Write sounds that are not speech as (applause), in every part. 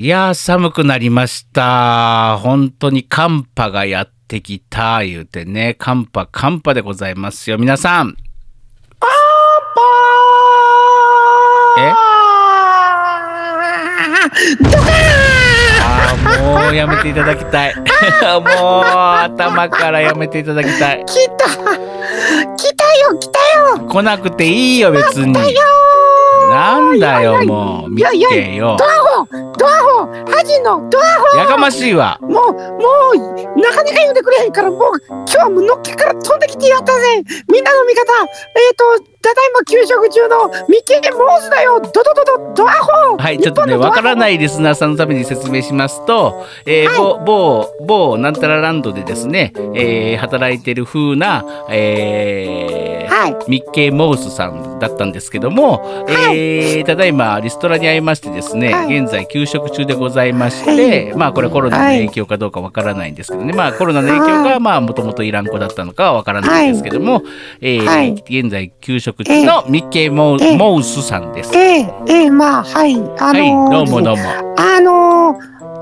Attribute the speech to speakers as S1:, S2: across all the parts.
S1: いやー、寒くなりました。本当に寒波がやってきた、言うてね。寒波、寒波でございますよ。皆さん。えあーもうやめていただき
S2: (laughs)
S1: たい。もう頭からやめていただきたい。
S2: 来た来たよ来たよ
S1: 来なくていいよ、別に。
S2: 来たよ
S1: なんだよ、もう。見てよ
S2: ド。アホドアホハジのドア
S1: やかましいわ。
S2: ホもうもうなかなか言うてくれへんからもう今日はもうのっけから飛んできてやったぜみんなの味方えっ、ー、とただいま給食中のミッケーモーズだよドドドドドアホ
S1: はい、ちょっとね、わからないいリスナーさんのために説明しますと、えー
S2: はい
S1: 某、某、某、なんたらランドでですね、えー働いてる風な、えー
S2: はい
S1: ミッケー・モウスさんだったんですけども、
S2: はい
S1: えーただいまリストラに会いましてですね、
S2: はい
S1: 現在休職中でございまして、まあこれコロナの影響かどうかわからないんですけどね、まあコロナの影響がまあもともとイラン子だったのかはわからないんですけども、えー
S2: はい
S1: 現在休職中のミッケー・モウ,、
S2: ええ
S1: モウスさんです。
S2: えー、えー、まあはいあの
S1: は
S2: ー、
S1: い、どうもどうも。
S2: あのー、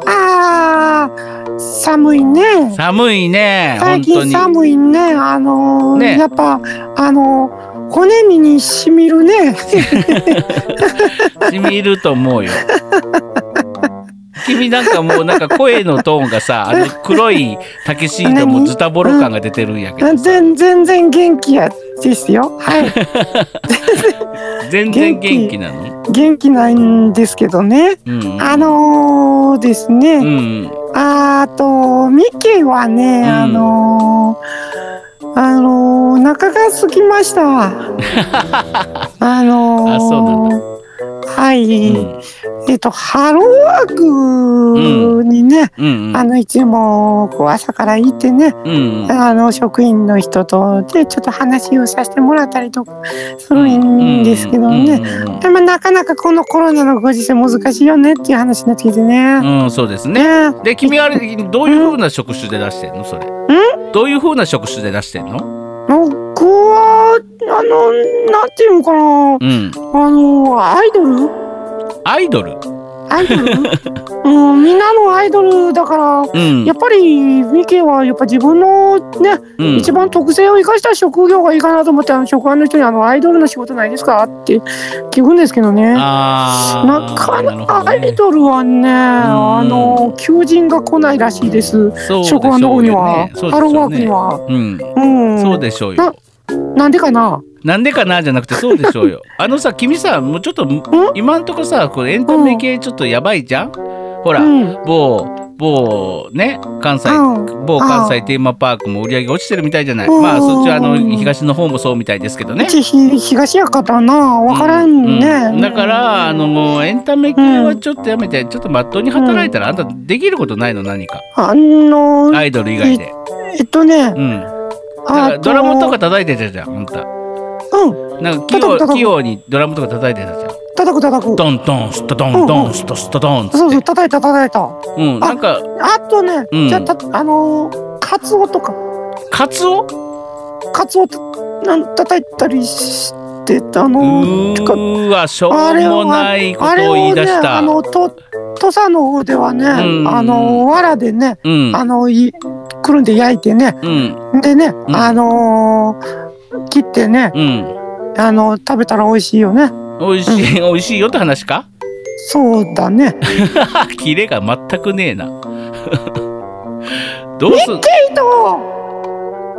S2: あー寒いね
S1: 寒いね、本
S2: 最
S1: 当
S2: 近
S1: に。
S2: 寒いね、あのー
S1: ね
S2: やっぱあのー骨身にしみ
S1: (laughs)
S2: るね。
S1: 染みると思うよ。君なんかもうなんか声のトーンがさ、あの黒いタキシードもズタボロ感が出てるんやけどさ、
S2: 全全然元気やですよ。はい、
S1: (laughs) 全然元気なの。
S2: 元気なんですけどね。
S1: うんうん、
S2: あのー、です
S1: う
S2: ね、
S1: ん
S2: あーあとミッキーはね、
S1: ん
S2: あのー、あのー、お腹が空き
S1: (laughs)
S2: ました。あのー、
S1: あそうなんだ
S2: はい、
S1: うんうん
S2: えっとハローワークにね。
S1: うん
S2: あのいつもこう朝から行ってね、
S1: うん
S2: あの職員の人とでちょっと話をさせてもらったりとかするんですけどね、
S1: うん
S2: でもなかなかこのコロナのご時世難しいよねっていう話になってきてね。
S1: うん、うん、そうですね。
S2: ね
S1: で君あれどういう風な職種で出してんのそれ？どういう風な職種で出してんの？
S2: 僕はあのなんていうのかな
S1: うん、
S2: あのアイドル
S1: アイドル。
S2: アイド
S1: (laughs)
S2: ル、うん、みんなのアイドルだから
S1: うん、
S2: やっぱりミケはやっぱ自分のね
S1: うん
S2: 一番特性を生かした職業がいいかなと思ってあの職場の人にあのアイドルの仕事ないですかって聞くんですけどね。
S1: あー
S2: なか
S1: る
S2: な
S1: ほ
S2: か
S1: ど
S2: ア
S1: ね
S2: イドルはね、あの求人が来ないらしいで
S1: そう
S2: す。
S1: でしょう
S2: 職場の方には、
S1: ねそう
S2: ハ
S1: でしょうね
S2: ローワークには、
S1: うん、
S2: うん、
S1: そうでしょうよ。
S2: なんでかな。
S1: なんでかなじゃなくてそうでしょ
S2: (laughs)
S1: うよ。あのさ君さもうちょっと今んとこさこれエンタメ系ちょっとやばいじゃん。ほら、
S2: うん、
S1: 某某ね関西
S2: うん
S1: 某関西テーマパークも売り上げが落ちてるみたいじゃない。
S2: うん
S1: まあそっちはあの東の方もそうみたいですけどね
S2: う。ちひ東やからな、わからんね。
S1: ううんだからあのもうエンタメ系はちょっとやめて、ちょっとまっとうに働いたら、あんたできることないの何か
S2: あの、
S1: アイドル以外で、
S2: えっとね、
S1: うん、だか
S2: あ
S1: らドラムとか叩いてたじゃんあんた
S2: うん、
S1: なんか器
S2: 叩く叩
S1: 用
S2: く
S1: 器用にドラムとか叩いてたじゃん
S2: 叩く叩く。
S1: ドンドンスタドンドンスタスタドンっつ
S2: そうそ
S1: っ
S2: う、
S1: て
S2: 叩いた叩いた。
S1: うんなんか
S2: あとね、
S1: うん
S2: じゃあたあのーカツオとか
S1: カツオ
S2: カツオたなん叩いたりしてあ
S1: う
S2: のー
S1: ーわしょうもないこ
S2: あれ
S1: とを言い
S2: を
S1: 出
S2: ね
S1: した
S2: あのと土佐の方ではね、
S1: うん
S2: あのー藁でね、
S1: うん
S2: あのいくるんで焼いてね
S1: うん
S2: でね、
S1: ん
S2: あのー切ってね、
S1: うん
S2: あのー食べたら美味しいよね
S1: 美味しい美味しいよって話か (laughs)
S2: そうだね
S1: キレが全くねえな (laughs) どうすん
S2: ケイト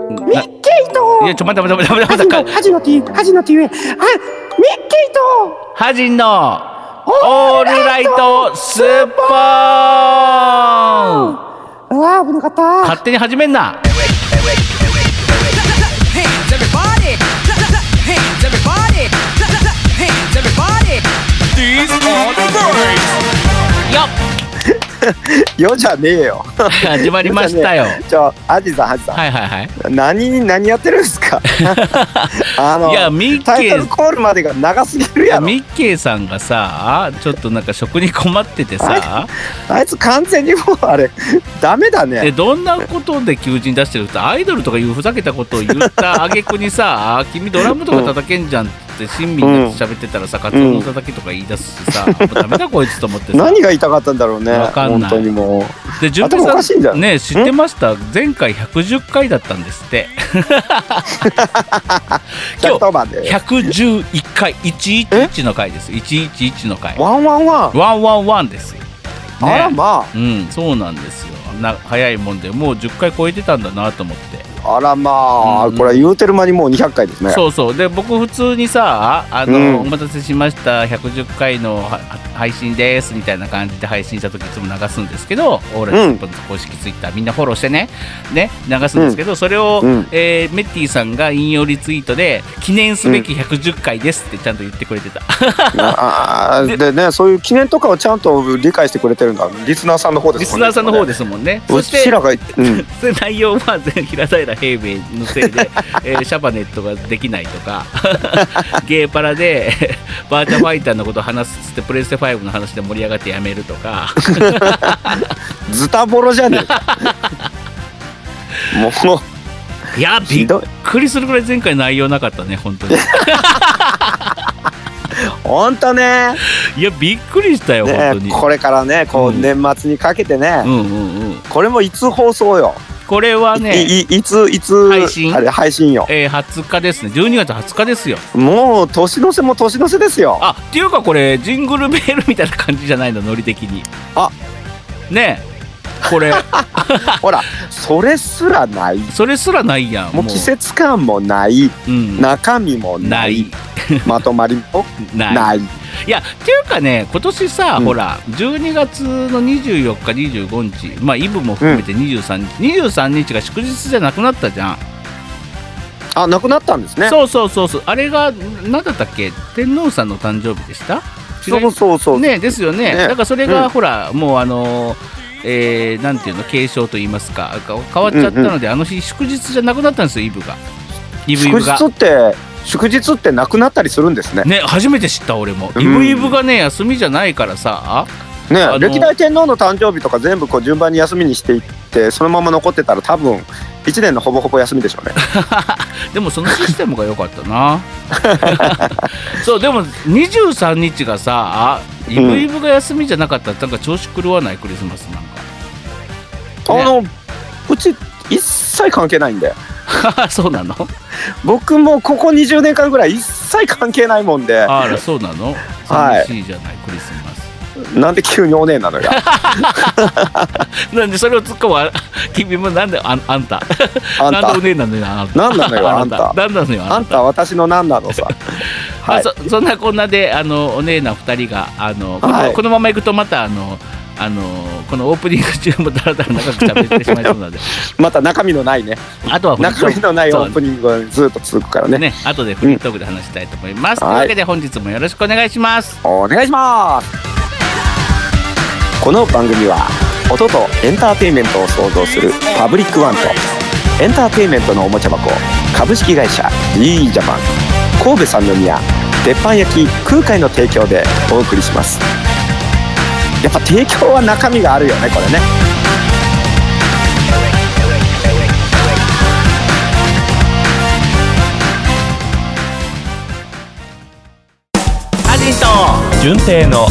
S2: ミッ
S1: な
S2: ケイト
S1: いやちょ待って待って待って待っ
S2: ハジ
S1: て待
S2: の
S1: って
S2: ハジの T ハジの T あミッケイト
S1: ハジンのオールライトスッポーン
S2: うわー危なかった
S1: 勝手に始めんな
S3: hands, everybody. Clap, clap, clap, hands, everybody. Clap, clap, clap, hands, everybody. These are the birds.
S1: よ
S4: よじゃねえよ。
S1: っ始まりましたよ
S4: じゃあ、アジさん、アジさん、
S1: はいはいはい
S4: 何、何やってるんです
S1: (laughs)
S4: か。あの
S1: いやミッ
S4: タイ
S1: ケ
S4: トル
S1: ー
S4: コールまでが長すぎるやろ。
S1: ミッケーさんがさちょっとなんか食に困っててさ
S4: あいつ完全にもうあれ、ダメだ
S1: で
S4: ね。
S1: どんなことで求人出してるってアイドルとかいうふざけたことを言った挙句にさ「君ドラムとか叩けんじゃん」って親身になって喋ってたらさ、カツオのたたきとか言い出すしさ、もうダメだこいつと思ってさ
S4: (laughs) 何が痛かったんだろうね。
S1: わかんない
S4: 本当にもう。
S1: で純
S4: 頭お
S1: 平
S4: かしいんじ
S1: さ
S4: ゃ
S1: ん
S4: ん
S1: ね知ってました前回110回だったんです
S4: (laughs)
S1: って今日
S4: 百 (laughs) 1番で。
S1: 111回111の回です111の回
S4: ワンワンワン。
S1: ワンワンワンですよ、ね、
S4: あらま
S1: うんそうなんですよな早いもんでもう10回超えてたんだなと思って
S4: あ。あらまあ。
S1: うん
S4: これは言うてる間にもう200回ですね。
S1: そうそうで僕普通にさあの、
S4: うん
S1: お待たせしました110回のは配信です」みたいな感じで配信した時いつも流すんですけど「オーライ日本の公式ツイッターみんなフォローしてねね流すんですけど、それを、
S4: うん
S1: えーメッティさんが引用リツイートで「記念すべき110回です」ってちゃんと言ってくれてた、
S4: あーでね、そういう記念とかをちゃんと理解してくれてるんだ。リスナーさんの方です。
S1: (laughs) リスナーさんの方
S4: で。
S1: ですもんね
S4: う
S1: そして
S4: ちらが、うん、
S1: それ内容は全平平平米のせい
S4: (laughs)
S1: で、えーシャバネットができないとか (laughs) ゲーパラで (laughs) バーチャファイターのこと話すっつってプレステ5の話で盛り上がってやめると
S4: (laughs)
S1: か
S4: ズタボロじゃねえ
S1: (laughs)
S4: か。もう
S1: いやび
S4: ひ
S1: っ
S4: どい
S1: くりするぐらい前回内容なかったね本当に
S4: ほんとね
S1: いやびっくりしたよ
S4: ね
S1: 本当に、
S4: これからねこう
S1: うん
S4: 年末にかけてね、
S1: うんうんうん
S4: これもいつ放送よ、
S1: これはね
S4: いいいついつ
S1: 配信
S4: あれ配信よ
S1: えー20日ですね12月20日ですよ
S4: もう年の瀬も年の瀬ですよ
S1: あっていうかこれジングルメールみたいな感じじゃないのノリ的に
S4: あ
S1: ねえこれ
S4: ほらそれすらない
S1: それすらないやん
S4: もう季節感もない
S1: うん
S4: 中身もな
S1: ないい
S4: まとまりも
S1: (laughs) ない
S4: ない
S1: いやっていうかね今年さ、
S4: うん
S1: ほら12月の24日25日まあイブも含めて23日、23日が祝日じゃなくなったじゃん、
S4: あなくなったんですね
S1: そうそうそうそうあれが何だったっけ天皇さんの誕生日でした
S4: そう
S1: 違いま
S4: そうそう、
S1: ねですよね
S4: ね
S1: だからそれが、
S4: うん
S1: ほらもうあのえーなんていうの継承と言いますかか変わっちゃったので、あの日祝日じゃなくなったんですよイブがイブイ
S4: 祝
S1: ブが
S4: 日って祝日ってなくなったりするんですね
S1: ね初めて知った俺も、
S4: うん
S1: イブイブがね休みじゃないからさ
S4: ね
S1: あの
S4: 歴代天皇の誕生日とか全部こう順番に休みにしていってそのまま残ってたら多分1年のほぼほぼ休みでし
S1: (laughs)
S4: ょうね
S1: でもそのシステムが良かったな (laughs) そうでも23日がさイブイブが休みじゃなかったらなんか調子狂わないクリスマスなん
S4: あのうち一切関係ないんで
S1: か (laughs) そうなの
S4: 僕もここ20年間ぐらい一切関係ないもんで
S1: あらそうなの
S4: はい
S1: 寂しいじゃない、クリスマス
S4: なんで急にお姉
S1: (laughs)
S4: なのよ
S1: なんでそれを突っ込む (laughs) わ君もなんであんあんた
S4: あん
S1: なんでお
S4: た
S1: 姉なのよあんた
S4: なんなのよあんた
S1: なんなのよ
S4: あんた私の何なのさはい
S1: まあ、そそんなこんなであのお姉な二人があのこの,、
S4: はい
S1: このままいくとまたあのあのこのオープニング中もだらだら長く喋ってしまいそうなので
S4: また中身のないね
S1: あとは (laughs)
S4: 中身のない
S1: そう
S4: オープニングがずっと続くからね
S1: ね、後でフリートークで話したいと思います。
S4: うん
S1: というわけで本日もよろしくお願いします。
S4: お願いしますこの番組は音とエンターテインメントを創造するパブリックワンとエンターテインメントのおもちゃ箱株式会社 d ジャパン神戸三宮鉄板焼き空海の提供でお送りしますやっぱ提供は中身があるよねこれね
S1: アジト純正の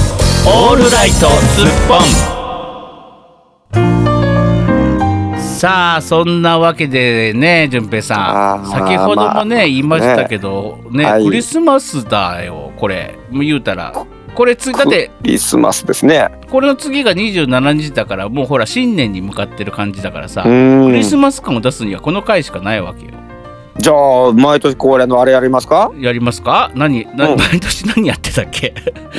S1: オールライトスッポン。さあそんなわけでね順平さ
S4: あ
S1: ん
S4: ー
S1: 先ほど
S4: ま
S1: も
S4: あ
S1: ね、言いましたけどね
S4: はい
S1: クリスマスだよこれもう言うたらこれつだって
S4: クリスマスですね
S1: これの次が27日だからもうほら新年に向かってる感じだからさ
S4: うー
S1: ク
S4: ん
S1: リスマス感を出すにはこの回しかないわけよ。
S4: じゃあ毎年恒例のあれやりますか
S1: やりますか何な
S4: うん
S1: 毎年何やってたっけ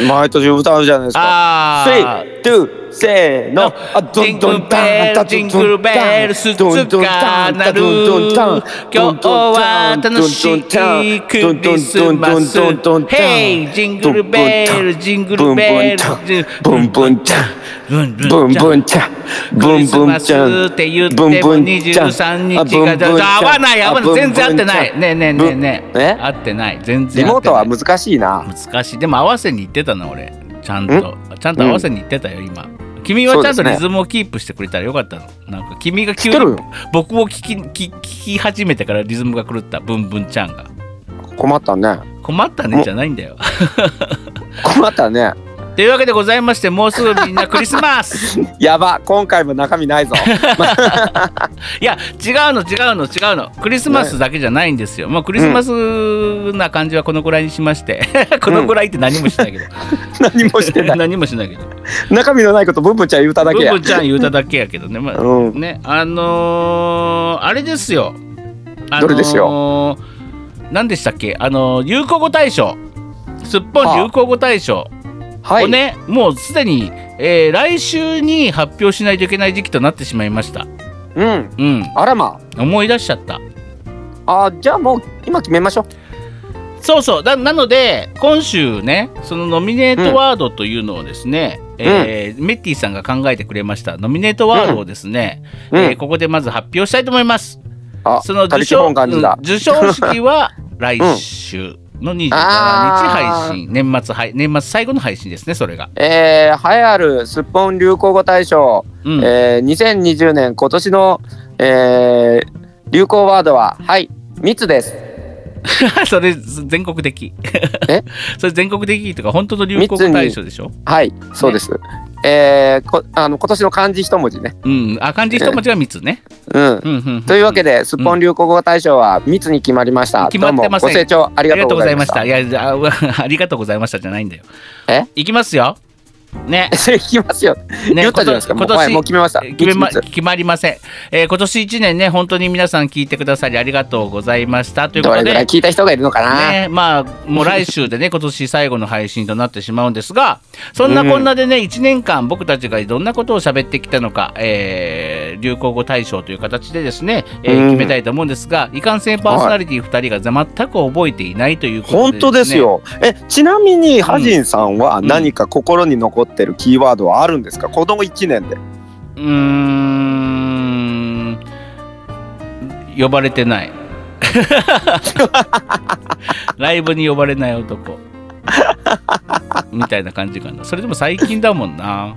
S4: 毎年歌うじゃないですか
S1: あー
S4: Three, two, せーの。あ
S1: ジングルベルジングルベルスツカなる今日は楽しいクリスマス Hey ジングルベルジングルベルジン
S4: ブンブンチャ
S1: ブンブン
S4: ブンブン
S1: ち
S4: チ
S1: ゃん
S4: ャ
S1: ク
S4: ブン
S1: リス
S4: ブ
S1: マ
S4: ン
S1: ス
S4: チャ
S1: って言っても23日が合わない合わない全然合ってないねえねえねえねえ合ってない全
S4: リ
S1: 然合
S4: モ
S1: っ
S4: ー
S1: て
S4: ト
S1: な
S4: はい難しいな
S1: 難しいでも合わせに行ってたな俺ちゃんとちゃんと合わせに行ってたよ今君はちゃんと
S4: そうですね
S1: リズムをキープしてくれたらよかったのなんか君が急
S4: 知ってる
S1: に
S4: よ
S1: 僕を聞き聞き聞き始めてからリズムが狂ったブンブンちゃんが
S4: 困ったね
S1: 困ったねじゃないんだよ。
S4: 困ったね
S1: というわけでございましてもうすぐみんなクリスマ
S4: (laughs)
S1: ス
S4: やば今回も中
S1: (laughs)
S4: 身ないぞ
S1: いや違うの違うの違うのクリスマスだけじゃないんですよ、もうクリスマスな感じはこのぐらいにしましてこのぐらいって何もしない
S4: (laughs)
S1: けど、
S4: 何もしてない
S1: 何もしないけど
S4: 中身のないことブンブンちゃん言うただけや
S1: ブンブンちゃん言うただけやけどね,、まあ
S4: うん
S1: ねあのーあれですよ、あのー
S4: どれです
S1: 何でしたっけあのー流行語大賞すっぽん流行語大賞、
S4: は
S1: を
S4: い、
S1: ねもうすでに、えー来週に発表しないといけない時期となってしまいました
S4: うん
S1: うん
S4: あらま
S1: 思い出しちゃった
S4: あじゃあもう今決めましょう
S1: そうそうだなので今週ねそのノミネートワードというのをですね、えーメッティさんが考えてくれましたノミネートワードをですね、
S4: うん
S1: えーここでまず発表したいと思います
S4: あ
S1: その
S4: カ
S1: 受
S4: リキュラ
S1: 賞
S4: ム感じだ
S1: うん受賞式は来週の27日
S4: あ
S1: 配
S4: ー
S1: 信年末配年末最後の配信ですねそれが、
S4: えー、栄えあるすっぽん流行語大賞、
S1: うん
S4: えー、2020年今年の、えー、流行ワードははい密です
S1: (laughs) それ全国的
S4: え
S1: (laughs) それ全国的とか本当の流行語大賞でしょ
S4: はいそうです、えー、こあの今年の漢字一文字ね
S1: うんあ漢字一文字が3つね、
S4: うん
S1: うんうんうん
S4: というわけで、すっぽん流行語大賞は密に決まりました。
S1: 決まってません
S4: どうもご清聴あり
S1: あ
S4: が
S1: りがとう
S4: とうご
S1: ご
S4: ざ
S1: ざ
S4: い
S1: い
S4: ま
S1: まし
S4: し。
S1: たたい
S4: (laughs)
S1: やいやあ (laughs) ありがとうございましたじゃないんだよ
S4: え
S1: いきますよ
S4: (laughs)
S1: ね
S4: それ聞きますよ。
S1: ね
S4: 言ったじゃないですか。もうはいもう決めました。
S1: 決めま
S4: 密密
S1: 決まりません、えー今年1年ね本当に皆さん聞いてくださりありがとうございましたというこ
S4: どれ
S1: と
S4: ぐらい
S1: で
S4: 聞いた人がいるのかな。
S1: ね、まあもう来週
S4: (laughs)
S1: でね今年最後の配信となってしまうんですがそんなこんなでね、1年間僕たちがどんなことを喋ってきたのか、えー流行語大賞という形でですね、えー
S4: うん
S1: 決めたいと思うんですがいかんせんパーソナリティ2人が全く覚えていないということで
S4: 本当です
S1: ね
S4: よ。え、ちなみに、ハジンさんは何か心に残ってるキーワードはあるんですか、この一年で。
S1: うーん呼ばれて
S4: (laughs)
S1: ないライブに呼ばれない男みたいな感じかなそれでも最近だもんな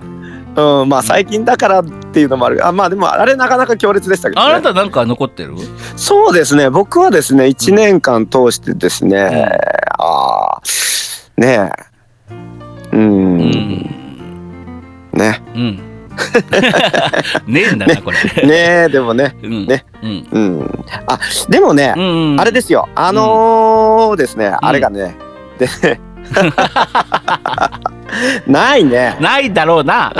S4: うん、まあ最近だからっていうのもある。あ、まあでもあれなかなか強烈でしたけど、
S1: あ
S4: ね。
S1: なたなんか残ってる
S4: そうですね。僕はですね、一年間通してですね、ああ、ねえ。
S1: う
S4: うん、
S1: ん (laughs)
S4: ね。
S1: うんねえんだなこれ、
S4: ねえ、でもね。
S1: うん
S4: ね
S1: うん
S4: うん。あ、でもね、
S1: うんうん
S4: あれですよ。あのーですね、あれがね、で (laughs) ないね。
S1: ないだろう
S4: (laughs)
S1: な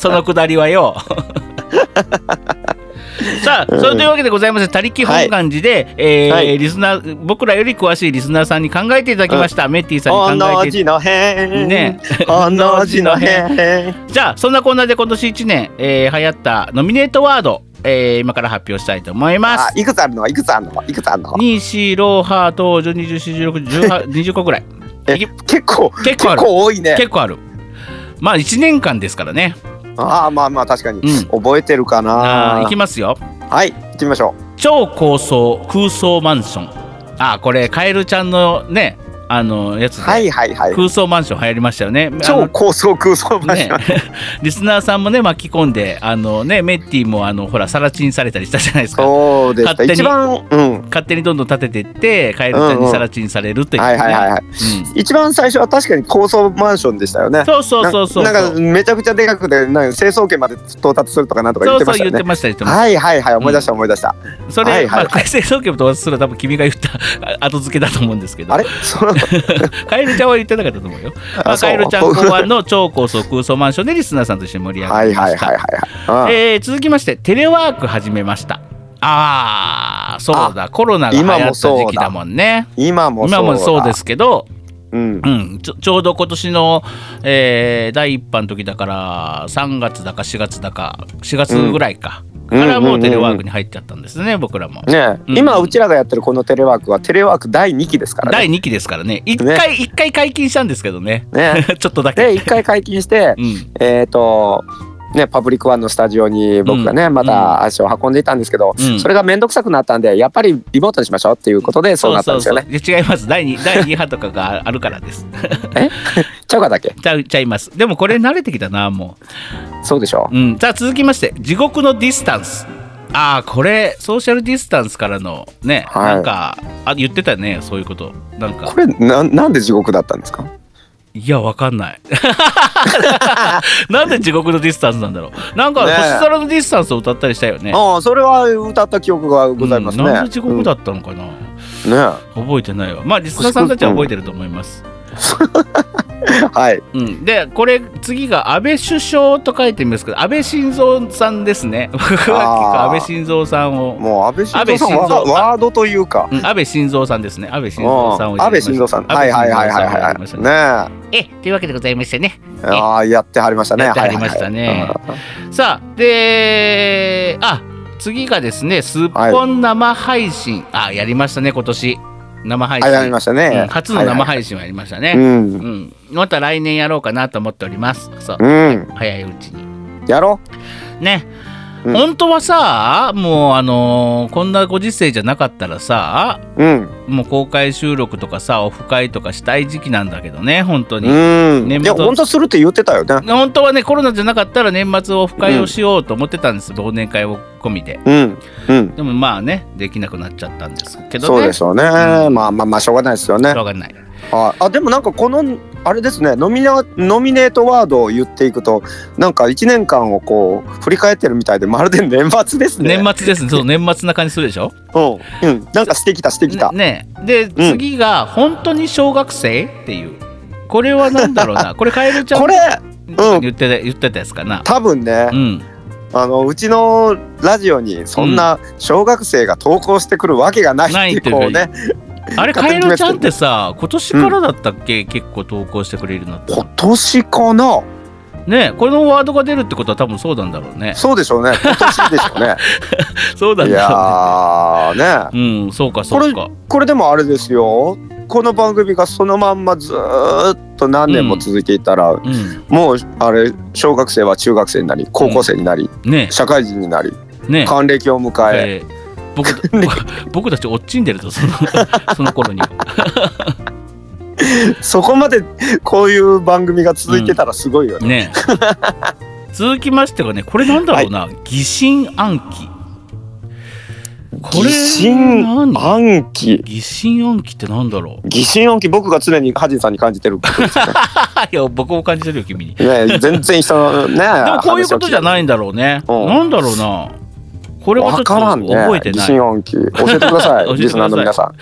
S1: そのくだりはよさあ、そうというわけでございまして「他力本願寺で」えー
S4: はい
S1: リスナー僕らより詳しいリスナーさんに考えていただきました、メッティさん
S4: お
S1: に考
S4: の
S1: えて
S4: 字の辺。
S1: ね。
S4: おの字の辺。
S1: じゃあそんなこんなで今年1年、えー流行ったノミネートワード、えー今から発表したいと思いま
S4: あ
S1: す、
S4: いくつあるのいくつあるのいくつあるの
S1: 2四ロハと241620個ぐらい
S4: え
S1: いき
S4: 結構、
S1: 結構ある
S4: 結構多いね。
S1: 結構あるまあ1年間ですからね
S4: ああ、まあまあ確かに。
S1: うん
S4: 覚えてるか
S1: あー。
S4: ない
S1: きますよ
S4: はい、行ってみましょう。
S1: 超高層空想マンションあこれカエルちゃんのねあのやつで、
S4: はいはいはい。
S1: 空想マンション流行りましたよね
S4: 超高層空想
S1: あの
S4: マンシ
S1: ね
S4: (laughs) ョン。、
S1: リスナーさんもね巻き込んであのねメッティもあのほらさらちんされたりしたじゃないですか
S4: そうでし
S1: 勝
S4: た。
S1: 手に
S4: 一番、うん。
S1: 勝手にどんどん立ててってカエルちゃんにさらちんされるというね、
S4: はいはいはいはい。
S1: うん
S4: 一番最初は確かに高層マンションでしたよね。
S1: そうそうそうそう
S4: ななんかめちゃくちゃでかくて、なんか清掃圏まで到達するとかなんとか言
S1: そ
S4: っ
S1: うそ
S4: て
S1: う
S4: ました
S1: 言
S4: よ
S1: って
S4: ね。
S1: ました言ってました
S4: はいはいはい、思い出した思い出した。
S1: それ、
S4: はいはい
S1: まあ、改正総局と私すら多分君が言った (laughs) 後付けだと思うんですけど
S4: あれその、
S1: カエルちゃんは言ってなかったと思うよ。まあ、
S4: あそう
S1: カエルちゃん考案の超高層空想マンションでリスナーさんと一緒に盛り上が
S4: はいはい
S1: りま
S4: は
S1: した。
S4: いはいはい。うん
S1: えー続きましてテレワーク始めました。あーそうだコロナが流行
S4: 今
S1: った
S4: もそうだ
S1: 時期だもんね。
S4: 今もそうだ
S1: 今もそうですけど、
S4: うん
S1: う。ん、ちょちょうど今年の、えー第1波の時だから3月だか4月だか4月ぐらいか、からもうテレワークに入っちゃったんですね僕らも。
S4: ね
S1: うん
S4: 今うちらがやってるこのテレワークはテレワーク第2期ですから
S1: 第
S4: ね。
S1: 2期ですからね1回一回解禁したんですけどね (laughs)
S4: ね
S1: ちょっとだ
S4: で
S1: け。
S4: 一回解禁して
S1: う、ん
S4: えっとね、パブリックワンのスタジオに僕がね、
S1: うん
S4: また足を運んでいたんですけど、
S1: うん
S4: それが面倒くさくなったんでやっぱりリモートにしましょうっていうことでそうなったんですよね。
S1: そうそうそういや違います第 2, 第二波とかがあるからです (laughs)
S4: (laughs) ちゃうかだっけ
S1: ちゃうちゃいますでもこれ慣れてきたなも
S4: そうでしょ
S1: う、うん、さあ続きまして地獄のディスタンスああこれソーシャルディスタンスからのね、
S4: はい
S1: なんかあ言ってたねそういうことなんか
S4: これななんで地獄だったんですか
S1: いやわかんない (laughs) なんで地獄のディスタンスなんだろうなんか
S4: ねえ
S1: 星空のディスタンスを歌ったりしたよね
S4: ああそれは歌った記憶がございますね、
S1: うんなんで地獄だったのかな、
S4: うんね
S1: 覚えてないわまあリスナーさんたちは覚えてると思います、
S4: はい
S1: うん、でこれ次が安倍首相と書いてみますけど安倍晋三さんですね僕は結構安倍晋三さんを
S4: もう安倍晋三さ
S1: 安
S4: ん
S1: 倍晋三
S4: ワワードというか
S1: うん安倍晋三さんですね。安倍
S4: う
S1: 晋三さんを
S4: ん安倍晋三さんはいはいはいはいはい
S1: い
S4: はいね
S1: え、というわけでございましてね。
S4: えああやってはりましたね
S1: やってはりましたね
S4: はいはいはい
S1: さあ、で、あ、次がですね、すっぽん生配信。あ、やりましたね、今年。生配
S4: あ
S1: 信。
S4: やりました
S1: うん
S4: ね。
S1: 初の生
S4: はい
S1: 配信をやりましたね。
S4: はいうん。
S1: うん。また来年やろうかなと思っております。そう。
S4: うん。
S1: 早いうちに。
S4: やろ
S1: ね。
S4: うん
S1: 本当はさもうあのーこんなご時世じゃなかったらさ
S4: う。うん。
S1: もう公開収録とかさオフ会とかしたい時期なんだけどね本当に、
S4: うん。
S1: 年
S4: い
S1: 末
S4: や、本当するって言ってたよね。
S1: 本当はねコロナじゃなかったら年末オフ会をしようと思ってたんです、忘年会を込みで
S4: うん。うん。
S1: でもまあねできなくなっちゃったんですけどね
S4: そうですよね。
S1: うん
S4: まあまあまあ、しょうがないですよね
S1: し。ょうがない
S4: あ、あでもなんかこの、あれですね、ノミナ、ノミネートワードを言っていくと、なんか一年間をこう、振り返ってるみたいで、まるで年末ですね。
S1: 年末ですねそう年末な感じするでしょ
S4: うん。うん。なんかしてきた、してきた。
S1: ねねで、
S4: ん
S1: 次が「本当に小学生?」っていうこれは何だろう
S4: (laughs)
S1: なこれカエルちゃん
S4: これ、うん
S1: 言ってた言ってたやつかな
S4: 多分ね
S1: う、ん
S4: あの、うちのラジオに、そんな小学生が投稿してくるわけがな
S1: ない
S4: い
S1: っ
S4: ってて、
S1: いうか
S4: こうね。
S1: あれカ
S4: 勝手
S1: エ
S4: に
S1: ルちゃんってさ今年からだったっけ、結構投稿してくれるようになったの
S4: 今年かな
S1: ねこのワードが出るってことは多分そうなんだろうね
S4: そうでしょうね今年でしょ
S1: (laughs)
S4: うね
S1: そうなん
S4: い
S1: だろうね
S4: やーね
S1: うん、そうか、そ
S4: こ
S1: う
S4: れ
S1: か。
S4: これでもあれですよこの番組がそのまんまずーっと何年も続いていたら、
S1: うん、
S4: もうあれ小学生は中学生になり高校生になり、
S1: ね
S4: 社会人になり
S1: え、ね
S4: 還暦を迎
S1: え、
S4: え、
S1: えー僕た
S4: (laughs)
S1: 僕僕たち落ちんでると、そのその頃には。
S4: そこまでこういう番組が続いてたらすごいよね。
S1: ねえ続きましてはね、これなんだろうな、疑心暗鬼。これ
S4: 疑心
S1: 何
S4: 暗鬼
S1: 疑心暗鬼ってなんだろう
S4: 疑心暗鬼僕が常にハジンさんに感じてることですよね
S1: いや、僕も感じてるよ、君に。 (laughs)
S4: ね全然人のね
S1: でもこういうことじゃないんだろうね。
S4: うん
S1: なんだろうな。これはちょっと
S4: わからんね。
S1: 覚えてな
S4: 疑
S1: い。
S4: 心暗鬼。教えてくださ
S1: (laughs) 教えてください
S4: い。リスナーの皆さ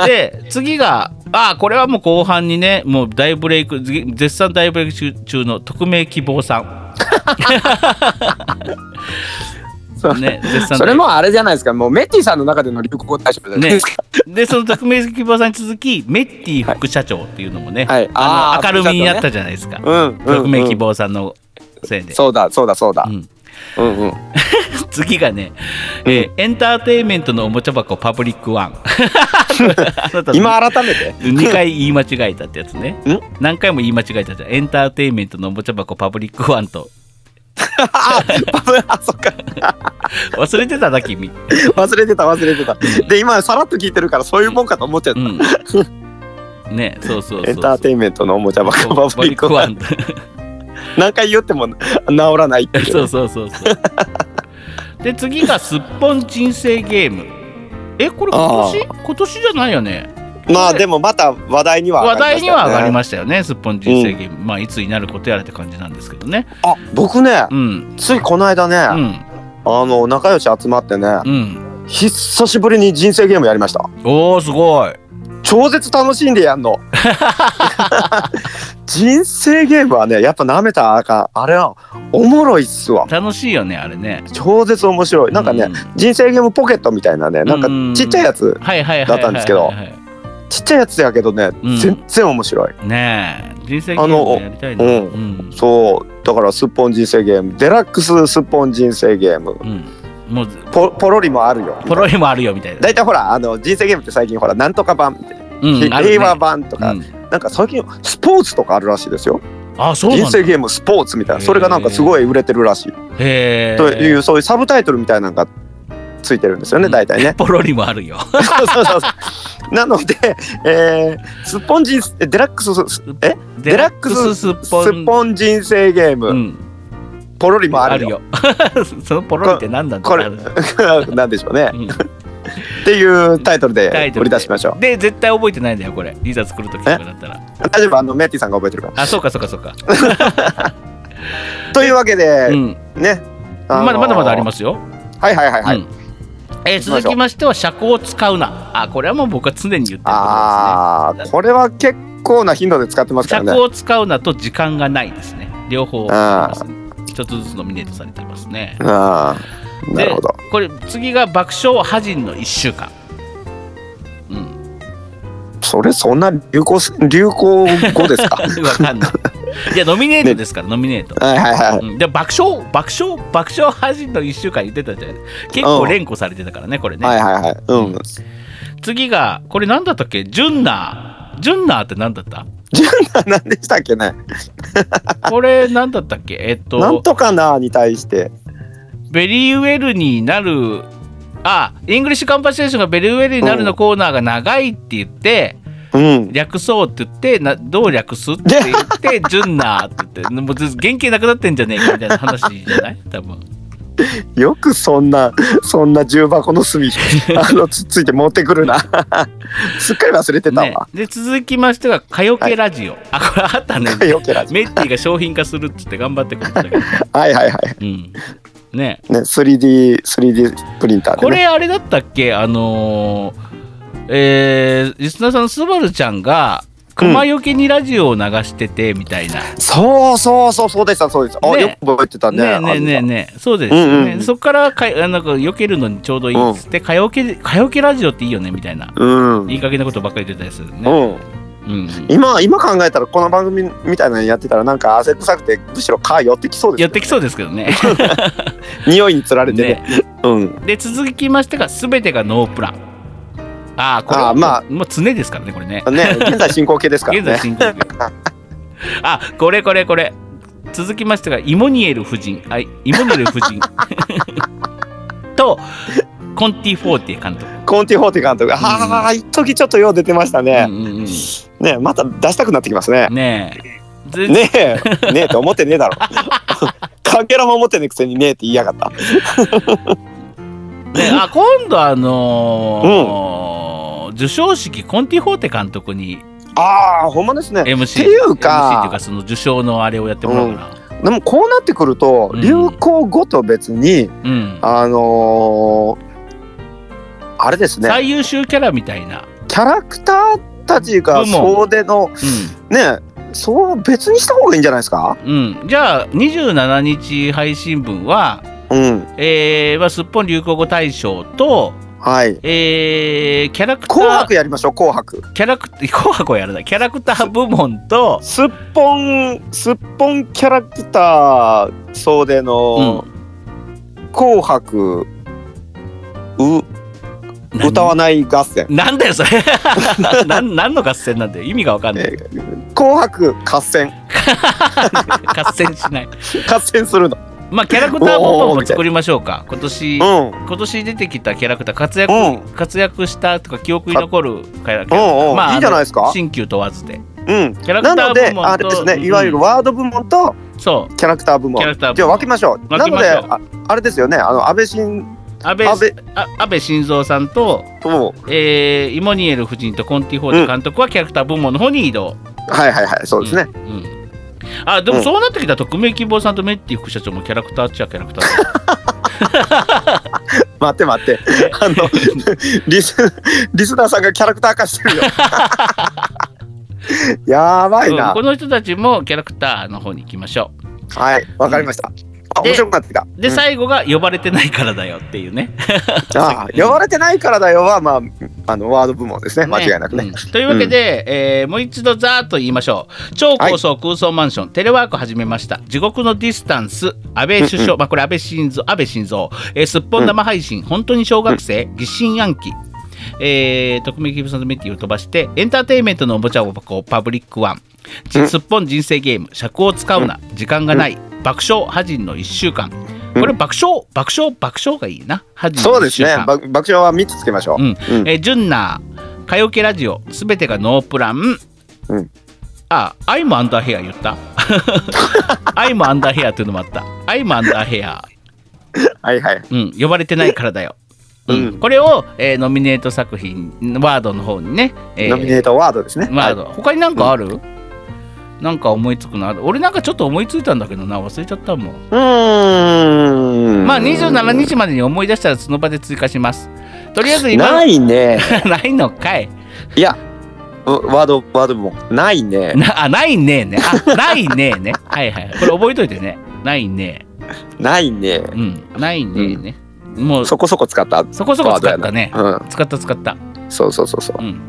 S4: ん。
S1: で次があこれはもう後半にねもう大ブレイクぜ絶賛大ブレイク中中の匿名希望さ
S4: そ,、
S1: んね絶賛
S4: (laughs) それもあれじゃないですか。もうメッティさんの中での流行語大賞じゃない
S1: ね
S4: ですか。
S1: でその匿名希望さんに続きメッティ副社長っていうのもね、
S4: はい
S1: あ
S4: あ
S1: の
S4: ー
S1: 明るみになったじゃないですか、
S4: うんうんうん
S1: 匿名希望さんのせいで、
S4: そうだそうだそうだ
S1: う。ん
S4: うんうん。
S1: 次がね、えーエンターテインメントのおもちゃ箱パブリック
S4: (laughs)
S1: ワン
S4: 今改
S1: (laughs)
S4: めて。
S1: 2回言い間違えたってやつね
S4: ん
S1: 何回も言い間違えたじゃんエンターテインメントのおもちゃ箱パブリックワン
S4: (laughs)
S1: と
S4: あ、あそっか。
S1: 忘れてただ君
S4: 忘れてた忘れてた。で今さらっと聞いてるからそういうもんかと思っちゃっ
S1: う
S4: た。
S1: んねそうそうそう
S4: エンターテインメントのおもちゃばっか
S1: そう
S4: パブリック
S1: パ
S4: は
S1: ブリックワ
S4: 何回言っても治らないって
S1: ン
S4: い
S1: (laughs) そううそうそうそうで次がすっぽん人生ゲームえこれ今年今年じゃないよね
S4: まあでもまた話題には
S1: 話題には上がり
S4: ま
S1: ましたよねすっぽん人生ゲーム、まあいつになることやらって感じなんですけどね
S4: すあ僕ね
S1: うん
S4: ついこの間ね
S1: う
S4: あ
S1: ん
S4: の仲良し集まってね
S1: うん
S4: 久しぶりに人生ゲームやりました
S1: おーすごい
S4: 超絶楽しんでや
S1: (laughs)
S4: んの人生ゲームはねやっぱ舐めたらあかんあれはおもろいっすわ
S1: 楽しいよねあれね
S4: 超絶面白いなんかね、
S1: う
S4: 人生ゲームポケットみたいなねなんか
S1: うん
S4: ちっちゃいやつ
S1: はいはいはいはいはいはい
S4: だったんですけどちっちゃいやつやけどね、
S1: うん
S4: 全然面白い
S1: ねえ人生ゲームもやりたいな
S4: あの
S1: う
S4: うんそうだからすっぽん人生ゲームデラックスすっぽん人生ゲーム
S1: うんもう
S4: ポポロリもあるよ
S1: ポロリもあるよみたいな
S4: だいたいほらあの人生ゲームって最近ほらなんとか
S1: う
S4: 版、
S1: んあるね
S4: 令和版とか、
S1: うん
S4: なんか最近スポーツとかあるらしいですよ
S1: あそうな
S4: 人
S1: んだ
S4: 生ゲームスポーツみたいな
S1: へー
S4: それがなんかすごい売れてるらしい
S1: へ
S4: とい
S1: え。
S4: うそういうサブタイトルみたいなのがついてるんですよね大体ね
S1: ポロリもあるよ
S4: そうそうそうそう (laughs) なので、えー、スッポン人デラックススえ
S1: デ
S4: デ
S1: ラ
S4: ラ
S1: ッ
S4: ッ
S1: ク
S4: ク
S1: ス
S4: ス
S1: スッ
S4: ス
S1: ポン
S4: ッポン人生ゲーム、
S1: うん
S4: ポロリも
S1: あ
S4: ある
S1: る
S4: よ
S1: よ。 (laughs) そのポロリって何なんだ
S4: これ
S1: ってなる
S4: (laughs) なんでしょうね、
S1: うん
S4: っていうタイトルで
S1: タイトルで
S4: 売り出しましょ
S1: で、絶対覚えてないんだよ、これ。いざ作るときとかだったら。
S4: う大丈夫あのメッティさんが覚えてるか
S1: あ、そうか、そうか、そうか。
S4: らというわけで、
S1: うん。
S4: ねあの
S1: まだまだまだありますよ。
S4: すはいはいはいはい、
S1: うんえー続きましては、尺を使うな。あ、これはもう僕は常に言ってること
S4: あ
S1: で
S4: あ
S1: すね。
S4: これは結構な頻度で使ってますから
S1: 尺
S4: ね
S1: を使うなと時間がないですね。両方ありますね、一つずつノミネートされていますね。
S4: ああな
S1: で
S4: るほど
S1: これ次が爆笑破人の1週間。うん。 (laughs)
S4: それそんな流行す流行語です
S1: (laughs)
S4: か
S1: わかんない。いや、ノミネートですから、ノミネート。
S4: はいはいはい
S1: うんで爆笑、爆笑、爆笑破人の1週間言ってたじゃない結構連呼されてたからね、これね。
S4: はいはいはいうん
S1: 次が、これなんだったっけジュンナー。ジュンナーって何だった
S4: (laughs) 何でしたっけね
S1: これ何だったっけえっと。
S4: なんとかなに対して
S1: ベリーウェルになるあイングリッシュカンパセーションがベリーウェルになるのコーナーが長いって言って、
S4: うん
S1: 略そうって言ってなどう略すって言
S4: (laughs)
S1: って「ジュンナー」って言ってもうず原型なくなってんじゃねえかみたいな話じゃない多分
S4: よくそんな (laughs) そんな重箱の
S1: (laughs)
S4: 隅あのつついて持ってくるな (laughs) すっかり忘れてた
S1: ね
S4: わ、
S1: で続きましては「カヨケラジオ」あこれあったね
S4: (laughs) よけらじ
S1: メッティが商品化するっつって頑張ってくれてたけど、
S4: はいはいはい
S1: うん、ね
S4: ね 3D3D プリンターで、ね、
S1: これあれだったっけあのー、えー、リスナーさんスバルちゃんが熊よけにラジオを流しててみたいな、
S4: そうそうそうそうでしたそうでした、あ
S1: ね
S4: よく覚えてた
S1: ね
S4: ね
S1: えねえねえねえそうですよね、
S4: うんうん
S1: そっからかあなんか避けるのにちょうどいいっつって、かよけかよけラジオっていいよねみたいな
S4: あの
S1: いい加減なことばっかり言ってたりする
S4: うん、
S1: ね、
S4: うん
S1: うんうん
S4: 今今考えたらこの番組みたいなのやってたらなんか汗臭くてむしろ蚊寄ってきそうで
S1: や
S4: す
S1: ってきそうですけどね
S4: 匂いにつられてねうん
S1: で続きましてが全てがノープランああこれ
S4: あーまあ
S1: もう常ですからねこれね (laughs)
S4: ね現在進行形ですから
S1: 現在
S4: ね
S1: 進行形あこれこれこれ続きましてがイモニエル夫人あイモニエル夫
S4: (laughs)
S1: 人とコンティ・フォーティ監督、
S4: コンティ・フォーティ監督ああ一時ちょっとよう出てましたね、
S1: うんうん
S4: ねまた出したくなってきますね
S1: うん、ねえず
S4: ねえねえって思ってねえだろ (laughs) かけらも思ってねえくせにねえって言いやがった
S1: ねあ今度あのー授賞式コンティ・フォーテ監督に
S4: ああほんまですね
S1: MC
S4: ていうか
S1: MC っていうかその受賞のあれをやってもらうから、
S4: でもこうなってくると
S1: うん
S4: 流行語と別に、
S1: うん
S4: あのーあれですね
S1: 最優秀キャラみたいな、
S4: キャラクターたちが
S1: 部門
S4: 総出のねそう別にした方がいいんじゃないですか
S1: うんうん、じゃあ27日配信分は
S4: うん
S1: えーまあ、すっぽん流行語大賞と、
S4: はい
S1: えー、キャラクター
S4: 紅白やりましょう紅白
S1: キャラクター (laughs) 紅白はやらないキャラクター部門と、
S4: すっぽんすっぽんキャラクター総出の紅白う
S1: 何
S4: (laughs) 歌わない合戦
S1: なんだよそれ (laughs) なん何の合戦なんだよ意味がわかんない
S4: え紅白合戦
S1: 合戦しない
S4: 合戦するの
S1: まあキャラクター部門も作りましょうか今年
S4: うん
S1: 今年出てきたキャラクター活躍、
S4: うん
S1: 活躍したとか記憶に残るキャラクタ
S4: うんう
S1: ー
S4: んいいじゃないですか
S1: あの新旧問わずで
S4: うん
S1: キャラクタ
S4: な
S1: ー
S4: ので
S1: 部門と
S4: あれですね
S1: うん
S4: いわゆるワード部門と
S1: そう
S4: キャラクター部門
S1: キャラクター部門
S4: じゃあ分けましょう
S1: 分
S4: な
S1: け
S4: の
S1: ま
S4: で
S1: しょう
S4: ああれですよねあの安倍晋
S1: 安倍
S4: 安倍
S1: あ安倍晋三さんと
S4: とも
S1: えーイモニエル夫人とコンティ・フォーテ監督はキャラクター部門の方に移動、
S4: はいはいはいそうですね
S1: うんうんあでもそうなってきたら匿名希望さんとメッティ副社長もキャラクターっちゃキャラクターだ
S4: 待って
S1: (laughs)
S4: 待ってあのリスリスナーさんがキャラクター化し
S1: (laughs)
S4: てるよやばい
S1: うん
S4: な
S1: この人たちもキャラクターの方に行きましょ
S4: はいわかりましたあ
S1: で
S4: 面白くなってきた
S1: うで、
S4: うん
S1: 最後が呼ばれてないからだよっていうね
S4: あ呼ばれてないからだよはまああのワード部門ですね間違いなくね
S1: うんというわけで、えーもう一度ざーっと言いましょう超高層空想マンション、テレワーク始めました地獄のディスタンス安倍首相、まあ、これ安倍晋三安倍晋三、えーすっぽん生配信、本当に小学生、疑心暗鬼えー、匿名キブさんとメッティを飛ばしてエンターテインメントのおもちゃ箱パブリックワンじすっぽん人生ゲーム尺を使うな時間がない爆笑破人の1週間これ爆笑爆笑爆笑がいいな破人
S4: そ
S1: の
S4: う
S1: 1
S4: です
S1: 週
S4: ね
S1: 間
S4: ば爆笑は3つつけましょう、
S1: うん
S4: うん
S1: えー、ジュンナー、カヨケラジオ、すべてがノープラン。
S4: うん
S1: あ、アイムアンダーヘア言った。 (laughs) アイもアンダーヘアっていうのもあった。アイもアンダーヘア。
S4: はいはい。
S1: うん、呼ばれてないからだよ。うん、
S4: うん
S1: これを、えーノミネート作品ワードの方にね、えー
S4: ノミネートワードですね。
S1: ワー
S4: はい
S1: ド他になんかある、なんか思いつくのある俺なんかちょっと思いついたんだけどな忘れちゃったもん、
S4: うーん。
S1: まあ27日までに思い出したらその場で追加しますとりあえず今
S4: な
S1: (laughs)
S4: いね。
S1: ないのかい
S4: いや、うワード、ワード部門。ないね。
S1: なあないねえねあないねえねはいはいこれ覚えといてねないね
S4: ないね。
S1: えうんないねえね、もうそ
S4: そこそこ使った。
S1: こそこ使ったね
S4: う
S1: 使った使った
S4: ん。そうそうそうそう。
S1: うん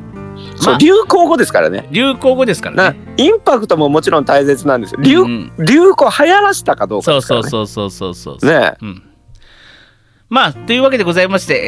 S4: そう、流行語ですからね。
S1: 流行語ですから
S4: な
S1: ね、
S4: インパクトももちろん大切なんですよ。流
S1: う、ん
S4: 流行流行らしたかどうか
S1: そ
S4: で
S1: う
S4: す
S1: そ
S4: から
S1: う
S4: ね。
S1: そうそうそうそう
S4: ねえ。
S1: うん、まあというわけでございまして、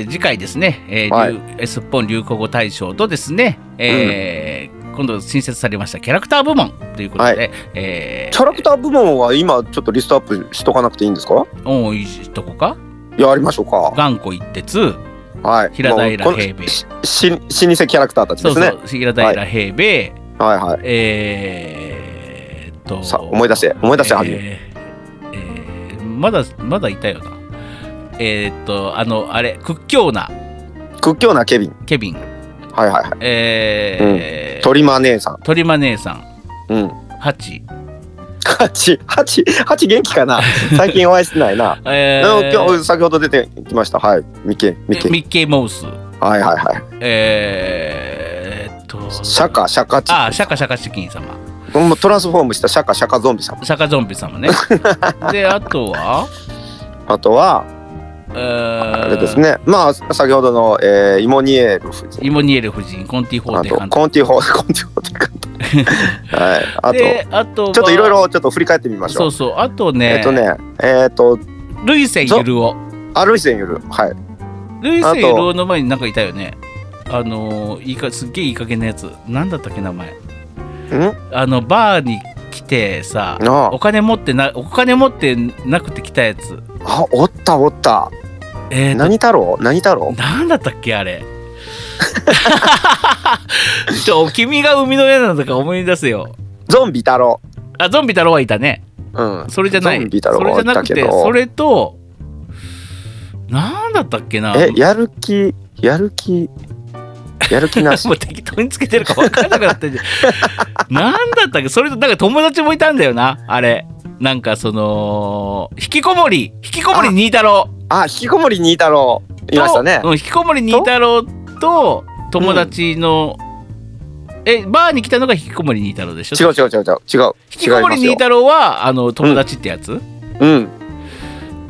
S1: えー次回ですね、えー
S4: はい
S1: 流すっぽん流行語大賞とですね、えー今度新設されましたキャラクター部門ということで、
S4: は
S1: えー
S4: キャラクター部門は今ちょっとリストアップしとかなくていいんですか
S1: おいしとこか
S4: やりましょうか。
S1: 頑固一徹
S4: はい。
S1: 平平
S4: もうこの
S1: 平平
S4: しし老舗キャラクターたち
S1: そ
S4: で
S1: う
S4: す
S1: そ
S4: ね。
S1: う平平平平、
S4: はいはい。
S1: えーっと
S4: さあ思い出せ思い出せ萩
S1: えーえーまだまだいたよなえーっとあのあれ屈強な
S4: 屈強なケビン。
S1: ケビン
S4: はいはいはい。
S1: えー
S4: トリマー姉さ
S1: トリマ姉さん、
S4: ん。うん。
S1: ハチ。
S4: ハチ、ハチ、ハチ元気かな最近お会いしてないな。
S1: (laughs) え
S4: でも今日先ほど出てきました。はい。ミケ、
S1: ミ
S4: ミ
S1: ッ
S4: ケ。
S1: キーモウス。
S4: はいはいはい。
S1: えー、っと、
S4: シャ。カ、シャカチ。
S1: ああ、シャカシャカチキン様。
S4: もうトランスフォームしたシャカ、シャカゾンビさん。
S1: シャカゾンビ様
S4: (laughs)
S1: ね。で、あとは、
S4: あとは、
S1: え
S4: あ
S1: ー、
S4: れですね。まあ、先ほどの、えーイモニエール夫人。
S1: イモニエル夫人、コンティ・ホー
S4: あ
S1: テ
S4: と
S1: 監督。
S4: コンティホー (laughs) コンティホーテ監督はいあと
S1: で、あとは、
S4: ちょっといろいろちょっと振り返ってみまし
S1: そ
S4: ょう
S1: うそう、あとね、
S4: えっとねえっと
S1: ルイセン・ユルオ。
S4: アルイセンよるはい
S1: ルイセン・ユルオの前になんかいたよね。あのーいいか、すっげえいい加減なやつ。なんだったっけ、名前。
S4: ん
S1: あの、バーに来てさ、
S4: あ
S1: お金持ってなお金持ってなくて来たやつ
S4: あおったおった
S1: えーと、
S4: 何太郎何太郎
S1: なんだったっけあれちょ君が生みの親なのか思い出せよ
S4: ゾンビ太郎
S1: あゾンビ太郎はいたね
S4: うん
S1: それじゃない
S4: ゾンビ太郎
S1: それ
S4: は
S1: じゃ
S4: いた
S1: なく
S4: け
S1: て
S4: ど
S1: それとなんだったっけな
S4: えやる気やる気やる気
S1: (laughs)
S4: なし
S1: もう適当につけてるか分からなくなってんじ
S4: (laughs)
S1: ゃんなんだったっけそれとなんか友達もいたんだよなあれなんかその引きこもり引きこもり新太郎
S4: あ引きこもりに太郎いましたね
S1: とうん、引きこもりに太郎と友達の、えバーに来たのが引きこもりに太郎でし
S4: 違
S1: ょ
S4: う違う違う違う違う
S1: 引きこもりに
S4: 違います
S1: 太
S4: よ
S1: 郎はあの友達ってやつ、
S4: うん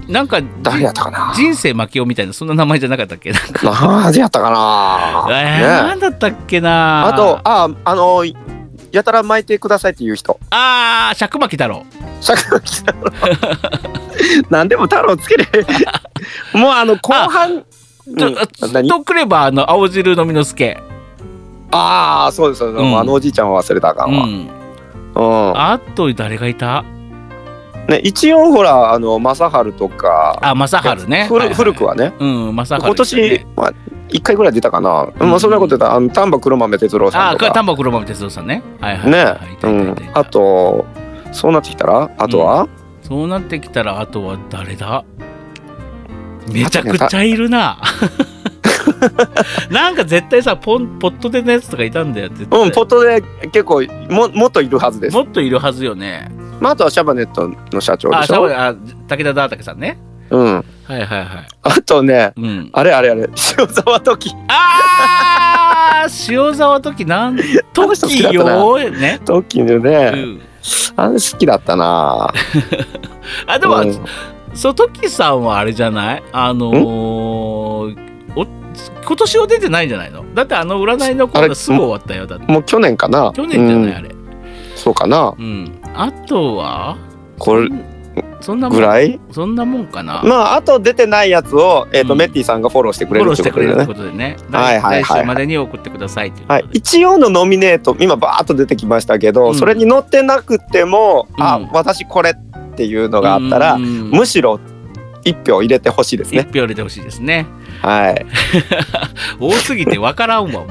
S1: なんか
S4: 誰やったかな
S1: 人生負けよみたいなそんな名前じゃなかったっけ、なんか
S4: 誰やったか
S1: え
S4: な
S1: ー、
S4: ね
S1: なんだったっけな
S4: あと、あ、あの、やたら巻いてくださいっていう人。
S1: あー尺巻き太郎
S4: 釈迦
S1: (laughs)
S4: 太郎。何でも太郎つけれ。もうあの後半。
S1: ちょ
S4: うん
S1: ちょっ
S4: 何
S1: とくればあの青汁飲みの助、
S4: ああ、そうです。そうです
S1: うん
S4: あのおじいちゃんは忘れたらあか
S1: うん
S4: わ。
S1: ん、
S4: う
S1: あと誰がいた
S4: ん。ね、一応ほら、あの正治とか。
S1: あ正治ね
S4: 古古く
S1: は
S4: はね。
S1: いはいうん正治、ね、
S4: 今年、まあ、一回ぐらい出たかな。
S1: うん
S4: まあ、そんなこと言ったら、あの丹波黒豆哲郎さ
S1: ああ
S4: んとか。
S1: 丹波黒豆哲郎さんねはいはいはい
S4: ね
S1: はいい、
S4: う
S1: たいたい
S4: ん
S1: たい、た
S4: あと。そうなってきたら、あとは。
S1: そうなってきたらあとは誰だめちゃくちゃいるな (laughs) なんか絶対さポンポットでのやつとかいたんだよ絶対
S4: うん、ポットで結構ももっといるはずです
S1: もっといるはずよね
S4: まあ、あとはシャバネットの社長で
S1: あ
S4: し
S1: シャ
S4: ょ。
S1: ワあ武田大竹さんね
S4: うん。
S1: はいはいはい
S4: あとね、
S1: うん、
S4: あれあれあれ、塩沢時、
S1: あー塩沢時なん
S4: の人好
S1: 時
S4: きだったな
S1: よ
S4: (laughs)
S1: ね、
S4: 時の
S1: う
S4: ね、
S1: ん、
S4: あれ好きだったな。
S1: あでも、
S4: うん
S1: そ時さんはあれじゃないあのー、お今年は出てないんじゃないのだってあの占いのコーナーすぐ終わったよだって
S4: もう去年かな。
S1: 去年じゃない、
S4: うん
S1: あれ
S4: そうかな。
S1: うんあとは
S4: これ
S1: そんなも
S4: ぐ
S1: ん
S4: らい。
S1: そんなもんかな、
S4: まあ、あと出てないやつを、えっ、と、
S1: うん
S4: メッティさんがフォローしてく
S1: フ
S4: れ
S1: ォ
S4: る
S1: ロー
S4: っ
S1: してて
S4: こ
S1: く
S4: と
S1: れる
S4: で
S1: って
S4: ね
S1: こ。とでね、
S4: はいはいは
S1: 来
S4: い
S1: 来週までに送ってくださいということ
S4: は
S1: で、
S4: い、一応のノミネート今バーッと出てきましたけど、
S1: うん
S4: それに載ってなくても、あ
S1: うん
S4: 私これっていうのがあったら、
S1: うん
S4: むしろ一票入れてほしいです
S1: 一
S4: ね。
S1: 票入れてほしいですね
S4: はい、
S1: 多すぎてわからんわもう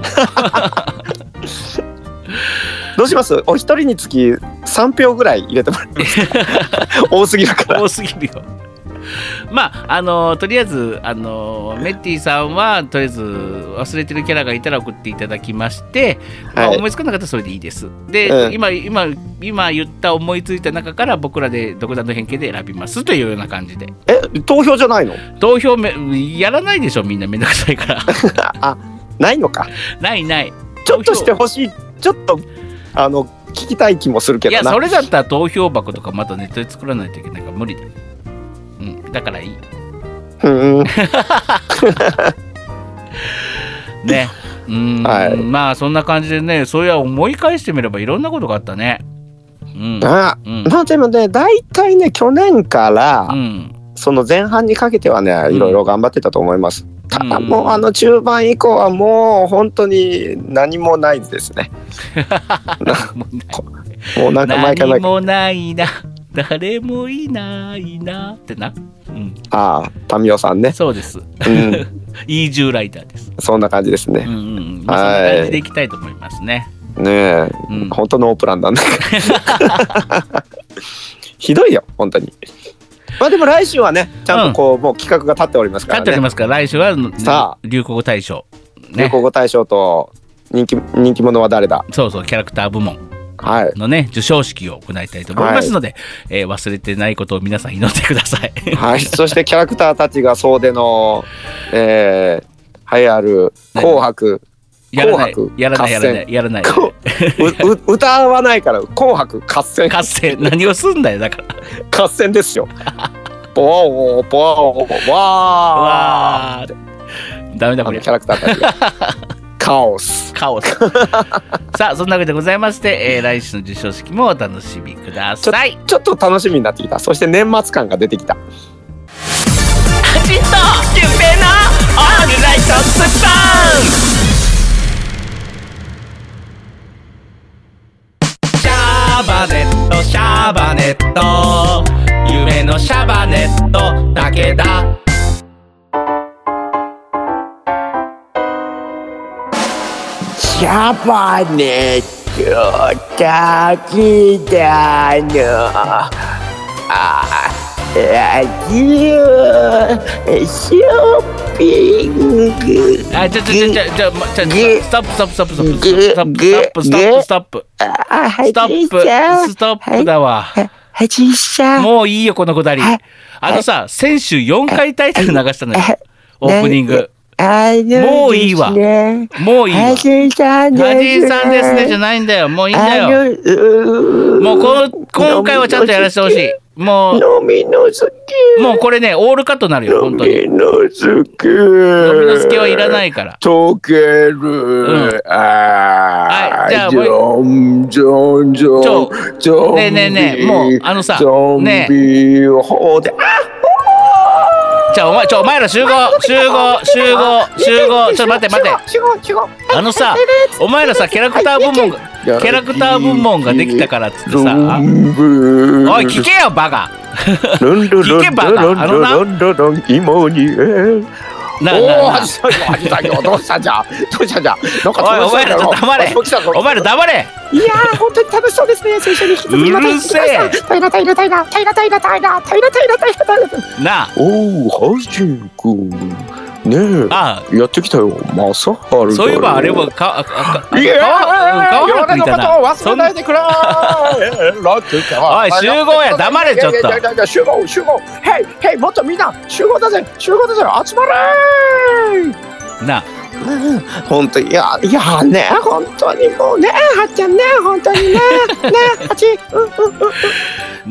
S4: どうしますお一人につき3票ぐらい入れてもらってい
S1: (laughs)
S4: いですか多すぎるから
S1: 多すぎるよ (laughs) まああのとりあえずあのメッティさんはとりあえず忘れてるキャラがいたら送っていただきまして、まあ
S4: はい
S1: 思いつかなかったらそれでいいですで、
S4: うん
S1: 今今今言った思いついた中から僕らで独断の偏見で選びますというような感じで
S4: え投票じゃないの
S1: 投票めやらないでしょみんなめんどくさいから (laughs)
S4: あないのか
S1: ない
S4: (laughs)
S1: ない
S4: ちょっとしてほしいちょっとあの聞きたい気もするけ
S1: いや
S4: どな
S1: それだったら投票箱とかまたネットで作らないといけないから無理だようんだからいい
S4: うん (laughs)
S1: ねうん、
S4: はい
S1: まあそんな感じでねそういや思い返してみればいろんなことがあったねうん
S4: あ
S1: うん
S4: まあでもね大体ね去年から、
S1: うん
S4: その前半にかけてはね
S1: ん
S4: いろいろ頑張ってたと思います、ただ
S1: うん
S4: もうあの中盤以降はもう本当に何もないですね
S1: もうない
S4: もうなんか
S1: 何
S4: 毎回毎回
S1: もないな誰もいないなってな、うん、
S4: ああ民生さんね
S1: そうです (laughs)
S4: うん
S1: イージューライターです
S4: そんな感じです
S1: う
S4: ね
S1: んうんうんまあそんな感じでいきたいと思いますね
S4: ねえ、
S1: うん
S4: 本当のオープランな
S1: (laughs)
S4: んだひどいよ本当にまあでも来週はねちゃんとこう、もう企画が立っておりますか
S1: 勝
S4: ら
S1: っており
S4: ね
S1: ますから来週は
S4: さ
S1: 流行語大賞
S4: 流
S1: ね
S4: 行語大賞と人気人気者は誰だ
S1: そうそうキャラクター部門 (laughs)
S4: はい
S1: のね授賞式を行いたいと思いますので、えー忘れてないことを皆さん祈ってください
S4: はい、そしてキャラクターたちが総出の、えー、流行る紅白
S1: やらない
S4: (laughs) 紅白
S1: やらないやら
S4: 合戦
S1: ないやらない
S4: こうう歌わないから紅白
S1: (laughs)
S4: 合戦
S1: 合戦何をすんだよだから
S4: 合戦ですよ。ボワオボワオわ
S1: わーダメだ
S4: ーあ
S1: こ
S4: の
S1: れ
S4: キャラクターたち
S1: (laughs)
S4: がカオス
S1: カオス (laughs) さあそんなわけでございまして、えー来週の授賞式もお楽しみください
S4: ちょっと楽しみになってきたそして年末感が出てきた
S1: カチンとキュンペイのオールライトスッパンシャーバネットシャーバネット夢のシャーバネットだけだ
S2: シャバネットだけだのあラジオショッピング
S1: あちょちょちょちょちょまちょ
S2: ぎ
S1: ストップストップストップ
S2: ぎ
S1: ストップストップストップ
S2: あは
S1: ストップストップストップストップだわ
S2: はじいさん
S1: もういいよこのくだり
S2: はい
S1: あのさ先週4回タイトル流したのよ
S2: はい
S1: オープニング
S2: あの
S1: もういいわ
S2: ですね
S1: もういいわ
S2: はじいさんですね
S1: ガジンさんですねじゃないんだよもういいんだ
S2: あ
S1: よ
S2: のうー
S1: もうこの今回はちゃんとやらせてほしいも
S2: 飲みのす
S1: うもうこれねオールカットになるよ
S2: 飲
S1: 本当に
S2: みのすけ
S1: 飲み
S2: 飲
S1: の助はいら
S2: い
S1: ないから
S2: 溶ける、
S1: ん
S2: あ
S1: はいじゃあ
S2: ジョンジョンジ
S1: ち
S2: ョ
S1: ょ
S2: ンジョン
S1: ねえねえねえもうあのさ
S2: ゾン
S1: ね
S2: ビを放てあ
S1: じゃあお前ちょお前ら集合集合集合集合ちょっと待って待って
S2: 違う違う
S1: あのさお前らさキャラクター部門がキャラクター部門ができたからっつって
S2: ゾ
S1: さ
S2: ンビ
S1: おい聞けよバカ
S2: ルンルルンルン
S1: 聞けばな
S2: ルンルン
S1: あの
S2: ルンルン芋にえ
S1: なあ
S4: お
S1: な
S4: お
S1: あなあ
S4: 始まり始まりどうしたんじゃどうしたんじゃなんか
S1: おいお前らちょっと黙れ
S4: おい来たぞ
S1: お前ら黙れ
S2: いやー本当に楽しそうですね最初に引き続きまた
S1: うるせえ
S2: 行ってきました平平平平平平平平平平平
S1: なあ
S4: おおハジンくんね
S1: あ
S4: えやってきたよマサハルだよ
S1: そういえばあれはかあかあ
S4: いや
S1: 川川
S4: 世の
S1: 原君いたな
S4: ことを忘れないでくれロックかわ
S1: (laughs) おい集合
S4: (laughs)
S1: や黙れちょっと
S4: いやいやいや集合集合ヘイヘイもっとみんな集合だぜ集合だぜ集まれ
S1: そんなあ
S4: 本当いやいやね本当にもうね
S2: ねえはっちゃんね本当に
S1: (laughs)
S2: ねねえはちうんうんうん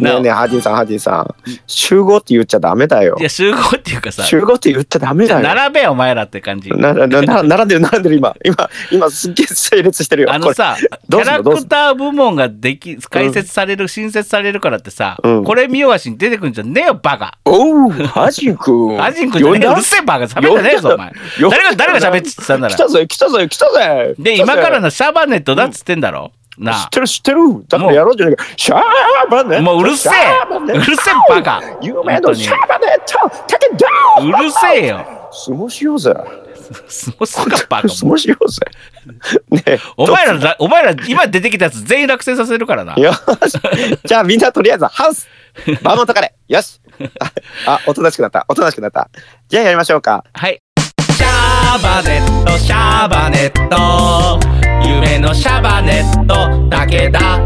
S1: なあ
S4: ねえねえハジンさんハジンさん集合って言っちゃダメだよ
S1: いや集合っていうかさ
S4: 集合って言っちゃダメだよ
S1: 並べよお前らって感じ
S4: な
S1: (laughs)
S4: なな並んでる並んでる今今今すっげえ整列してるよ
S1: あのさキ
S4: ど
S1: ャ
S4: うすん
S1: ラ
S4: のどうすん
S1: クター部門ができ解説される新設されるからってさ
S4: うん
S1: これ見よがしに出てくんじゃねえよバカ
S4: これおうハジン君
S1: アジン君じゃねえようるせえバカ喋ってねえぞお前
S4: 呼んだ
S1: 誰が誰が喋ってたんな
S4: 来
S1: ら
S4: たぜ来たぜ来たぜ
S1: で
S4: 来たぜ
S1: 今からのシャバネットだっつってんだろ
S4: 知
S1: な
S4: ってる知ってるだからやろうじゃないかシャーバネ
S1: あ
S4: ット
S1: もううるせえ
S4: シャーバ
S1: う
S4: ネット
S1: るせえバカ
S4: 有名のシャーバネットタケダ
S1: うるせえよ
S4: 相撲しようぜ。
S1: すごすかバカ
S4: 相撲しようぜ。ねえ
S1: お前らだ、お前ら今出てきたやつ全員落選させるからな。
S4: よし。じゃあみんなとりあえずハウス。バーモントカレー。よし。あ、あおとなしくなった。おとなしくなった。じゃあやりましょうか。
S1: はい。シャバネット、シャバネット。夢のシャバネットだけだ。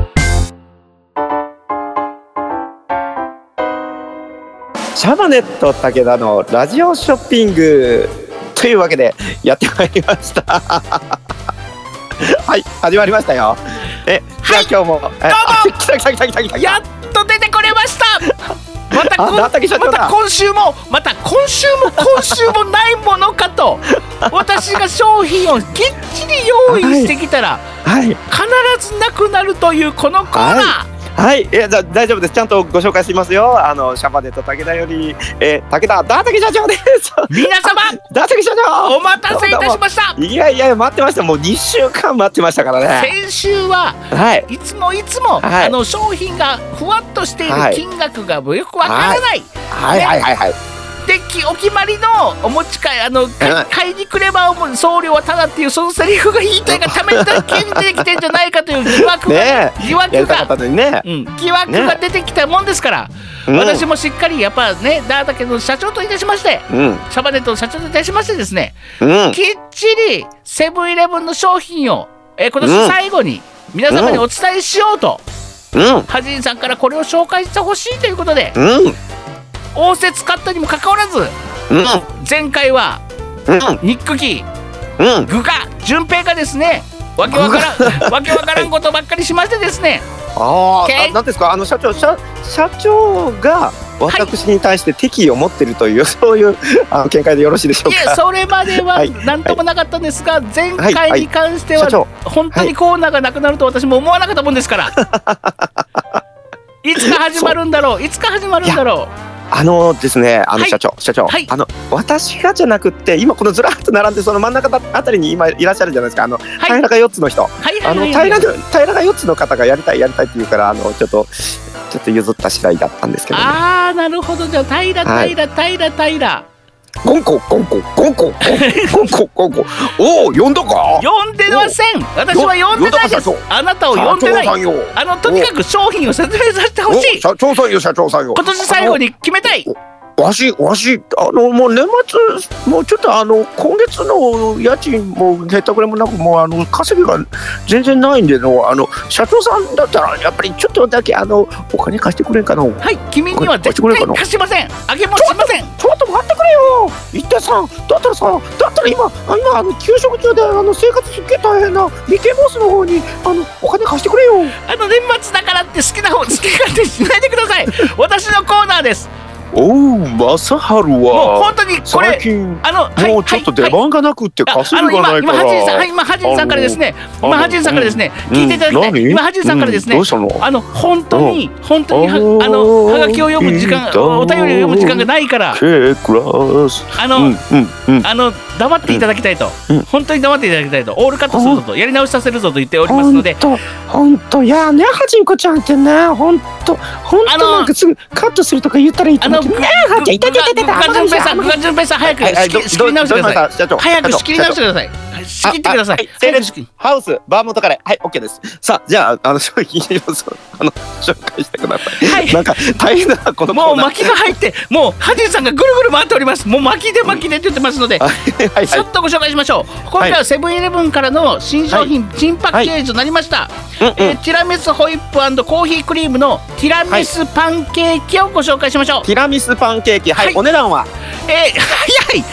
S4: シャバネット武田のラジオショッピングというわけでやってまいりましたはい始まりましたよえじゃあ今日も、えあ来た来た来た来た来た
S1: やっと出てこれま (laughs) した。またこん
S4: あ畑社長
S1: ま
S4: だ
S1: た今週もまた今週も今週もないものか (laughs) と私が商品をぎっちり用意してきたら
S4: はい
S1: 必ずなくなるというこのコーナー、
S4: はいえじゃあ大丈夫ですちゃんとご紹介しますよあのシャバネット武田よりえ武田ダータケ社長です
S1: 皆様
S4: (laughs) ダータケ社長
S1: お待たせいたしました
S4: いやいや待ってましたもう2週間待ってましたからね
S1: 先週は
S4: はい
S1: いつもいつも、
S4: はい
S1: あの商品がふわっとしている
S4: はい
S1: 金額がよくわからない、
S4: はいはいはいはい
S1: できお決まりのお持ち帰りあのか買いに来ればおも送料はただっていうそのセリフが言いたいがためだけに出てきてんじゃないかという疑惑が、
S4: ね
S1: 疑
S4: えや
S1: 惑
S4: りたかっ
S1: が
S4: た、のにね
S1: うん、疑惑が出てきたもんですから、
S4: うん
S1: 私もしっかりやっぱねダータケの社長といたしまして
S4: うん
S1: シャバネットの社長といたしましてですね
S4: (laughs) うん
S1: きっちりセブンイレブンの商品を、えー今年最後に皆様にお伝えしようと、
S4: うん
S1: ハジンさんからこれを紹介してほしいということで
S4: うん
S1: 応接買ったにもかかわらず
S4: うん
S1: 前回は
S4: うん
S1: ニックキー
S4: うん
S1: 具が順平がですねわけわからん (laughs) わけわからんことばっかりしましてですね
S4: あー
S1: Okay
S4: あ、なんですか、あの社長、社、社長が。私に対して敵意を持ってるという、そういう、あの見解でよろしいでしょう
S1: いえ
S4: か。
S1: それまでは
S4: はい
S1: 何ともなかったんですが前
S4: はいは
S1: 回
S4: い
S1: に関して
S4: 社
S1: は
S4: 長、
S1: 本当にコーナーがなくなると私も思わなかったもんですから
S4: (laughs)
S1: いつか始まるんだろういつか始まるんだろう
S4: あのですね、あの
S1: はい
S4: 社長、社長、
S1: はい
S4: あの私がじゃなくって、今このずらっと並んで、その真ん中あたりに今いらっしゃるじゃないですか。あの、
S1: はい
S4: 平らが四つの人、
S1: はいは
S4: あ
S1: い
S4: の
S1: はい
S4: 平
S1: はい
S4: らが、平らが四つの方がやりたい、やりたいって言うから、あの、ちょっと。ちょっと譲った次第だったんですけど、ね。
S1: ああなるほどじゃあ平
S4: は
S1: 平
S4: い
S1: 平平平
S4: ゴンコ、ゴンコ、ゴ
S1: (laughs)
S4: ンコ、ゴンコ、ゴンコ。おお、呼んだか。
S1: 呼んでません私は呼んでないです
S4: 呼んだ
S1: あなたを
S4: 社
S1: 呼んでな
S4: 長さん
S1: い
S4: よ。
S1: あのとにかく商品を説明させてほしい
S4: お社長さんよ社長さんよ
S1: 今年最後に決めたい
S4: あのわしわしあのもう年末もうちょっとあの今月の家賃も減ったくれもなくもうあの稼ぎが全然ないんでのあの社長さんだったらやっぱりちょっとだけあのお金貸してくれんかなちょ
S1: はい君には絶対貸しませんあげもしません
S4: っと待ってくれよ一体さんだったらさだったら今あ今あの休職中であの生活すっげえ大変なミケボスの方にあのお金貸してくれよ
S1: あの年末だからって好きな方好き勝手にしないでくだ
S4: (laughs)
S1: さい私のコーナーです
S4: おう正春
S1: もう本当にこれ
S4: 近
S1: あのはい
S4: もうちょっと出
S1: はいはい
S4: 番がなくって
S1: あ
S4: 稼
S1: あの
S4: ぎが
S1: 今今
S4: ないか
S1: ハジンさんは
S4: ら
S1: い。今ハジンさんからですね
S4: あの
S1: 今ハジンさんからですね
S4: うん
S1: 聞いていただきた
S4: 何
S1: い今ハジンさんからですね
S4: どうしたの？
S1: あの本当に本当には
S4: あー
S1: あのはがきを読む時
S4: い
S1: 間
S4: いな
S1: お便りを読む時間がないから
S4: ケークラス。
S1: あ
S4: うんうん
S1: の
S4: うん。
S1: あの黙っていただきたいと
S4: うん
S1: 本当に黙っていただきたいとオールカットするぞとやり直しさせるぞと言っておりますので
S2: 本当本当いやーねハジンコちゃんってね本当本
S1: あ
S2: 当
S1: の
S2: なんかすぐカットするとか言ったらいいと
S1: あの
S2: 思うけど
S1: ぐ
S2: ねえハジン痛い痛い痛い痛い
S1: が順平さん
S2: 危
S1: ぐ
S2: ない
S1: が順平さん早く
S4: はいは
S1: 仕
S4: い
S1: 切仕切り直してください
S4: どどうしました社長
S1: 早く
S4: 社長
S1: 仕切り直してくださいはい仕切ってください
S4: ああはい整
S1: 早く
S4: 列
S1: 仕切り
S4: ハウスバーモントカレーはいオッケーです。さあじゃああの商品をそう (laughs) あの紹介してください。
S1: はい
S4: なんか大変だなこの
S1: も
S4: コ
S1: う
S4: ーナー。
S1: 巻きが入ってもうハジンさんがぐるぐる回っておりますもう巻きで巻きでって言ってますので
S4: はいはい
S1: ちょっとご紹介しましょう今回はセブンイレブンからの新商品、新パッケージとなりました、
S4: はい。うん
S1: え
S4: うん
S1: ー。ティラミスホイップコーヒークリームのティラミスパンケーキをご紹介しましょう、
S4: ティラミスパンケーキは
S1: はい
S4: いお値段は
S1: えー、早い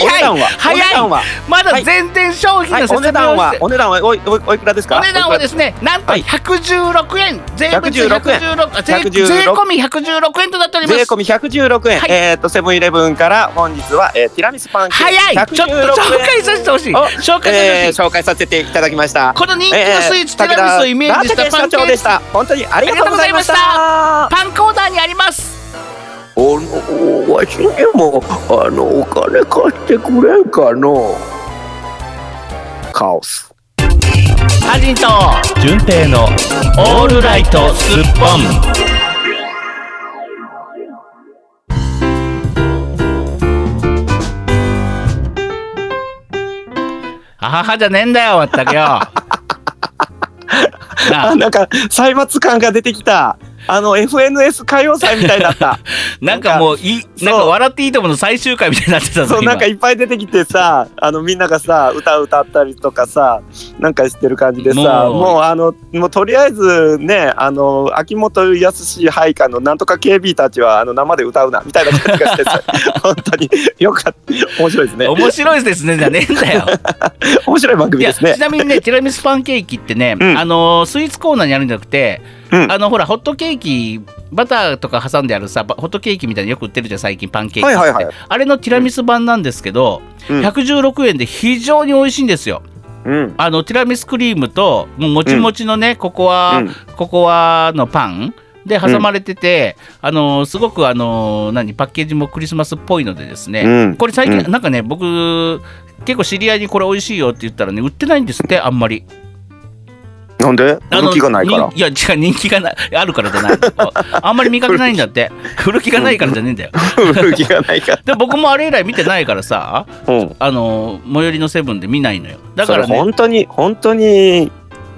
S4: お
S1: 早
S4: 値
S1: い
S4: 段はお値段
S1: 早い
S4: は
S1: まだ全然商品
S4: はい
S1: の説明をして、
S4: お値段はお値段はおいおいおいくらですか？
S1: お値段はですね、なんと
S4: はい
S1: 116円、税別
S4: 116円
S1: 116税
S4: 116
S1: 税込み116円となっておりま
S4: 税
S1: す。
S4: 込み116円、
S1: はい
S4: えっ、とセブンイレブンから本日は、えーティラミスパンケーキ
S1: 早い、ちょっと
S4: 116円
S1: 紹介させてほしい。紹介させてほ
S4: え
S1: しい。
S4: ー紹介させていただきました
S1: この人気のスイーツ、ティラミスをイメージしたパンケ
S4: 長
S1: ー
S4: で
S1: キ
S4: し、た本当にありがとうございました
S1: パンコーナーにあります。
S4: おのわしにもあのお金貸してくれんかのカオス
S1: ハジンと純平のオールライトスッポン。あははじゃねえんだよ、まった
S4: (laughs)
S1: くよ。な
S4: あ
S1: あ
S4: なんか歳末感が出てきたあの FNS 歌謡祭みたいだった
S1: なんかもう、いい、
S4: そう
S1: なんか笑っていいともの最終回みたいになってたぞ。
S4: そう
S1: 今
S4: なんかいっぱい出てき
S1: (laughs)
S4: てさあのみんながさ歌歌ったりとかさなんかしてる感じでさ
S1: もう
S4: もうあのもうとりあえずねあの秋元康配下のなんとか KB たちはあの生で歌うなみたいな感じがしてさ
S1: (laughs)
S4: 本当によかった面白いですね
S1: 面白いですね、じゃねえんだよ。
S4: 面白い番
S1: い
S4: 組で
S1: や、
S4: すね
S1: ちなみ
S4: (laughs)
S1: にね、ティラミスパンケーキってね、
S4: うん
S1: あのー、スイーツコーナーにあるんじゃなくて、
S4: うん
S1: あの、ほら、ホットケーキ、バターとか挟んであるさ、ばホットケーキみたいによく売ってるじゃん、最近、パンケーキっ
S4: は
S1: て。
S4: いはいはい
S1: あれのティラミス版なんですけど、
S4: うん
S1: 116円で非常に美味しいんですよ。
S4: うん
S1: あのティラミスクリームともうもちもちのね、ココア、
S4: うん
S1: ココアのパンで挟まれてて、あのすごくあの何パッケージもクリスマスっぽいのでですね、
S4: うん
S1: これ最近、
S4: う
S1: なんかね僕結構知り合いにこれ美味しいよって言ったらね売ってないんですってあんまり
S4: なんで
S1: あの
S4: 人気がないから
S1: 人いや違う人気がないあるからじゃない
S4: (laughs)
S1: あんまり見かけないんだって売る気がないからじゃねえんだよ
S4: 人気がないか
S1: で僕もあれ以来見てないからさ (laughs)
S4: ら、うん、
S1: あの最寄りのセブンで見ないのよだから
S4: それ
S1: ね
S4: 本当に本当に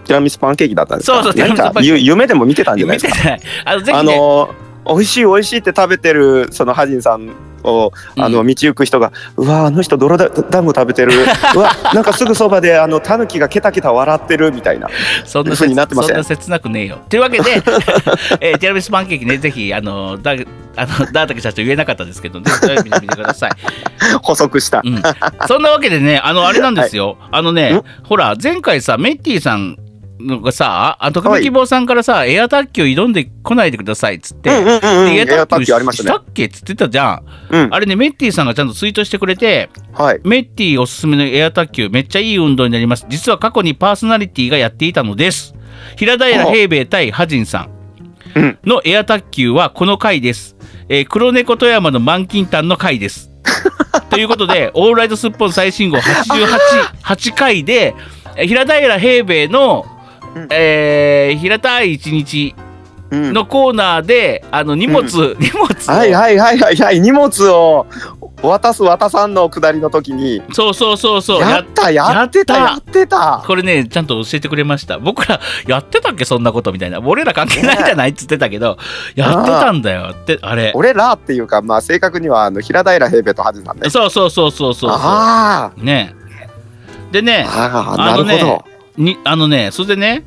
S4: ティラミスパンケーキだったんですか
S1: そうそうティラ
S4: なん
S1: ミスパン
S4: か
S1: ケーキ
S4: ゆ夢でも見てたんじゃない
S1: 見
S4: です
S1: て
S4: か
S1: ないあのぜ
S4: あ
S1: ひね
S4: の美味しい美味しいって食べてるそのハジンさんをあの道行く人が、うわあの人泥だダム食べ
S1: (laughs)
S4: てるうわなんかすぐそばであのタヌキがケタケタ笑ってるみたいな
S1: そんな
S4: 嘘
S1: 切
S4: になってませ
S1: そ
S4: ん
S1: んな切なくねえよ。というわけで、えー、ティラミスパンケーキね、ぜひ、あの、だあのダータケ社長言えなかったですけど、ぜひ、見てみてください。
S4: 補足した、
S1: うん、そんなわけでね、あの、あれなんですよ。あのね
S4: ん、
S1: ほら、前回さ、メッティさんのがさ、あ特
S4: は
S1: 別
S4: い
S1: 希望さんからさ、エア卓球挑んでこないでくださいっつって、
S4: うんうんうんうん
S1: で
S4: エアタッキーありまし
S1: したた
S4: ね
S1: っけっつってたじゃん。
S4: うん
S1: あれね、メッティさんがちゃんとツイートしてくれて、
S4: はい
S1: メッティおすすめのエア卓球めっちゃいい運動になります実は過去にパーソナリティがやっていたのです平平
S4: ああ
S1: 平米対ハジンさん
S4: うん
S1: のエア卓球はこの回です、えー黒猫富山の満金丹の回です
S4: (laughs)
S1: ということでオールライトスッポン最新号888回でえー平平平米の
S4: うん、
S1: えー平たい一日
S4: うん
S1: のコーナーであの荷物、荷物を
S4: はいはいはいはいはい荷物を渡す渡さんの下りの時に
S1: そうそうそうそう
S4: や
S1: やっ
S4: ったやってた
S1: や
S4: や
S1: っ
S4: ってた
S1: これねちゃんと教えてくれました僕らやってたっけそんなことみたいな俺ら関係ないじゃないっつってたけどやってたんだよってあれ
S4: 俺らっていうかまあ正確にはあの平平平平とハジンさんね
S1: そうそうそうそうそうそ
S4: あ
S1: うねで
S4: ー
S1: ねあ
S4: あー
S1: の
S4: なる
S1: ね
S4: ほど、
S1: にあのねそれでね、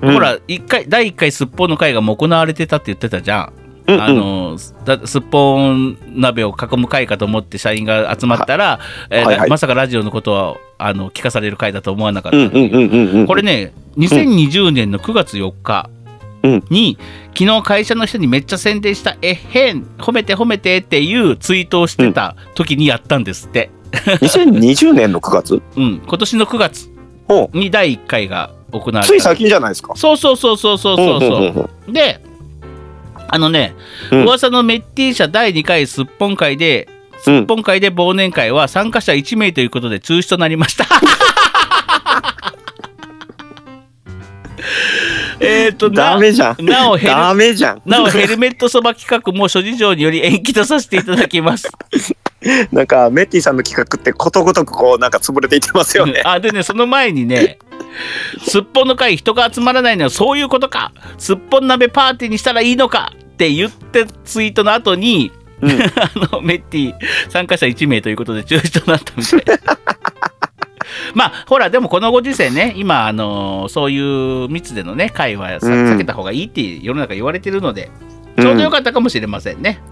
S4: うん
S1: ほら一回第1回すっぽんの会がもう行われてたって言ってたじゃん、
S4: うんうん
S1: あのだすっぽん鍋を囲む会かと思って社員が集まったら、えー
S4: はいはい
S1: まさかラジオのことはあの聞かされる会だと思わなかった、
S4: うんうんうんうんうん
S1: これね、2020年の9月4日
S4: うん
S1: に、昨日会社の人にめっちゃ宣伝した、えっへん、褒めて褒めてっていうツイートをしてた時にやったんですって。
S4: 2020年の9月
S1: うん、今年の9月
S4: ほ
S1: に第1回が行われた。
S4: つい最近じゃないですか
S1: そうそうそうそうそうそう
S4: ほほ
S1: そ
S4: ほほ
S1: う。で、あのね、
S4: うん
S1: 噂のメッティ社第2回すっぽん会で、すっぽん会で忘年会は参加者1名ということで中止となりました。えっと、な
S4: ダメじゃん
S1: なおヘル
S4: ダメじゃん
S1: なおヘルメットそば企画も諸事情により延期とさせていただきます。
S4: なんかメッティさんの企画ってことごとくこうなんか潰れていってますよね
S1: あでねその前に
S4: (laughs)
S1: ねすっぽんの会人が集まらないのはそういうことかすっぽん鍋パーティーにしたらいいのかって言ってツイートの後に、
S4: うん
S1: (laughs) あのメッティ参加者1名ということで中止となったみたい
S4: (laughs)
S1: まあほらでもこのご時世ね今あのそういう密でのね会はさ
S4: うん
S1: 避けた方がいいって世の中言われてるので、ちょうどよかったかもしれませんね。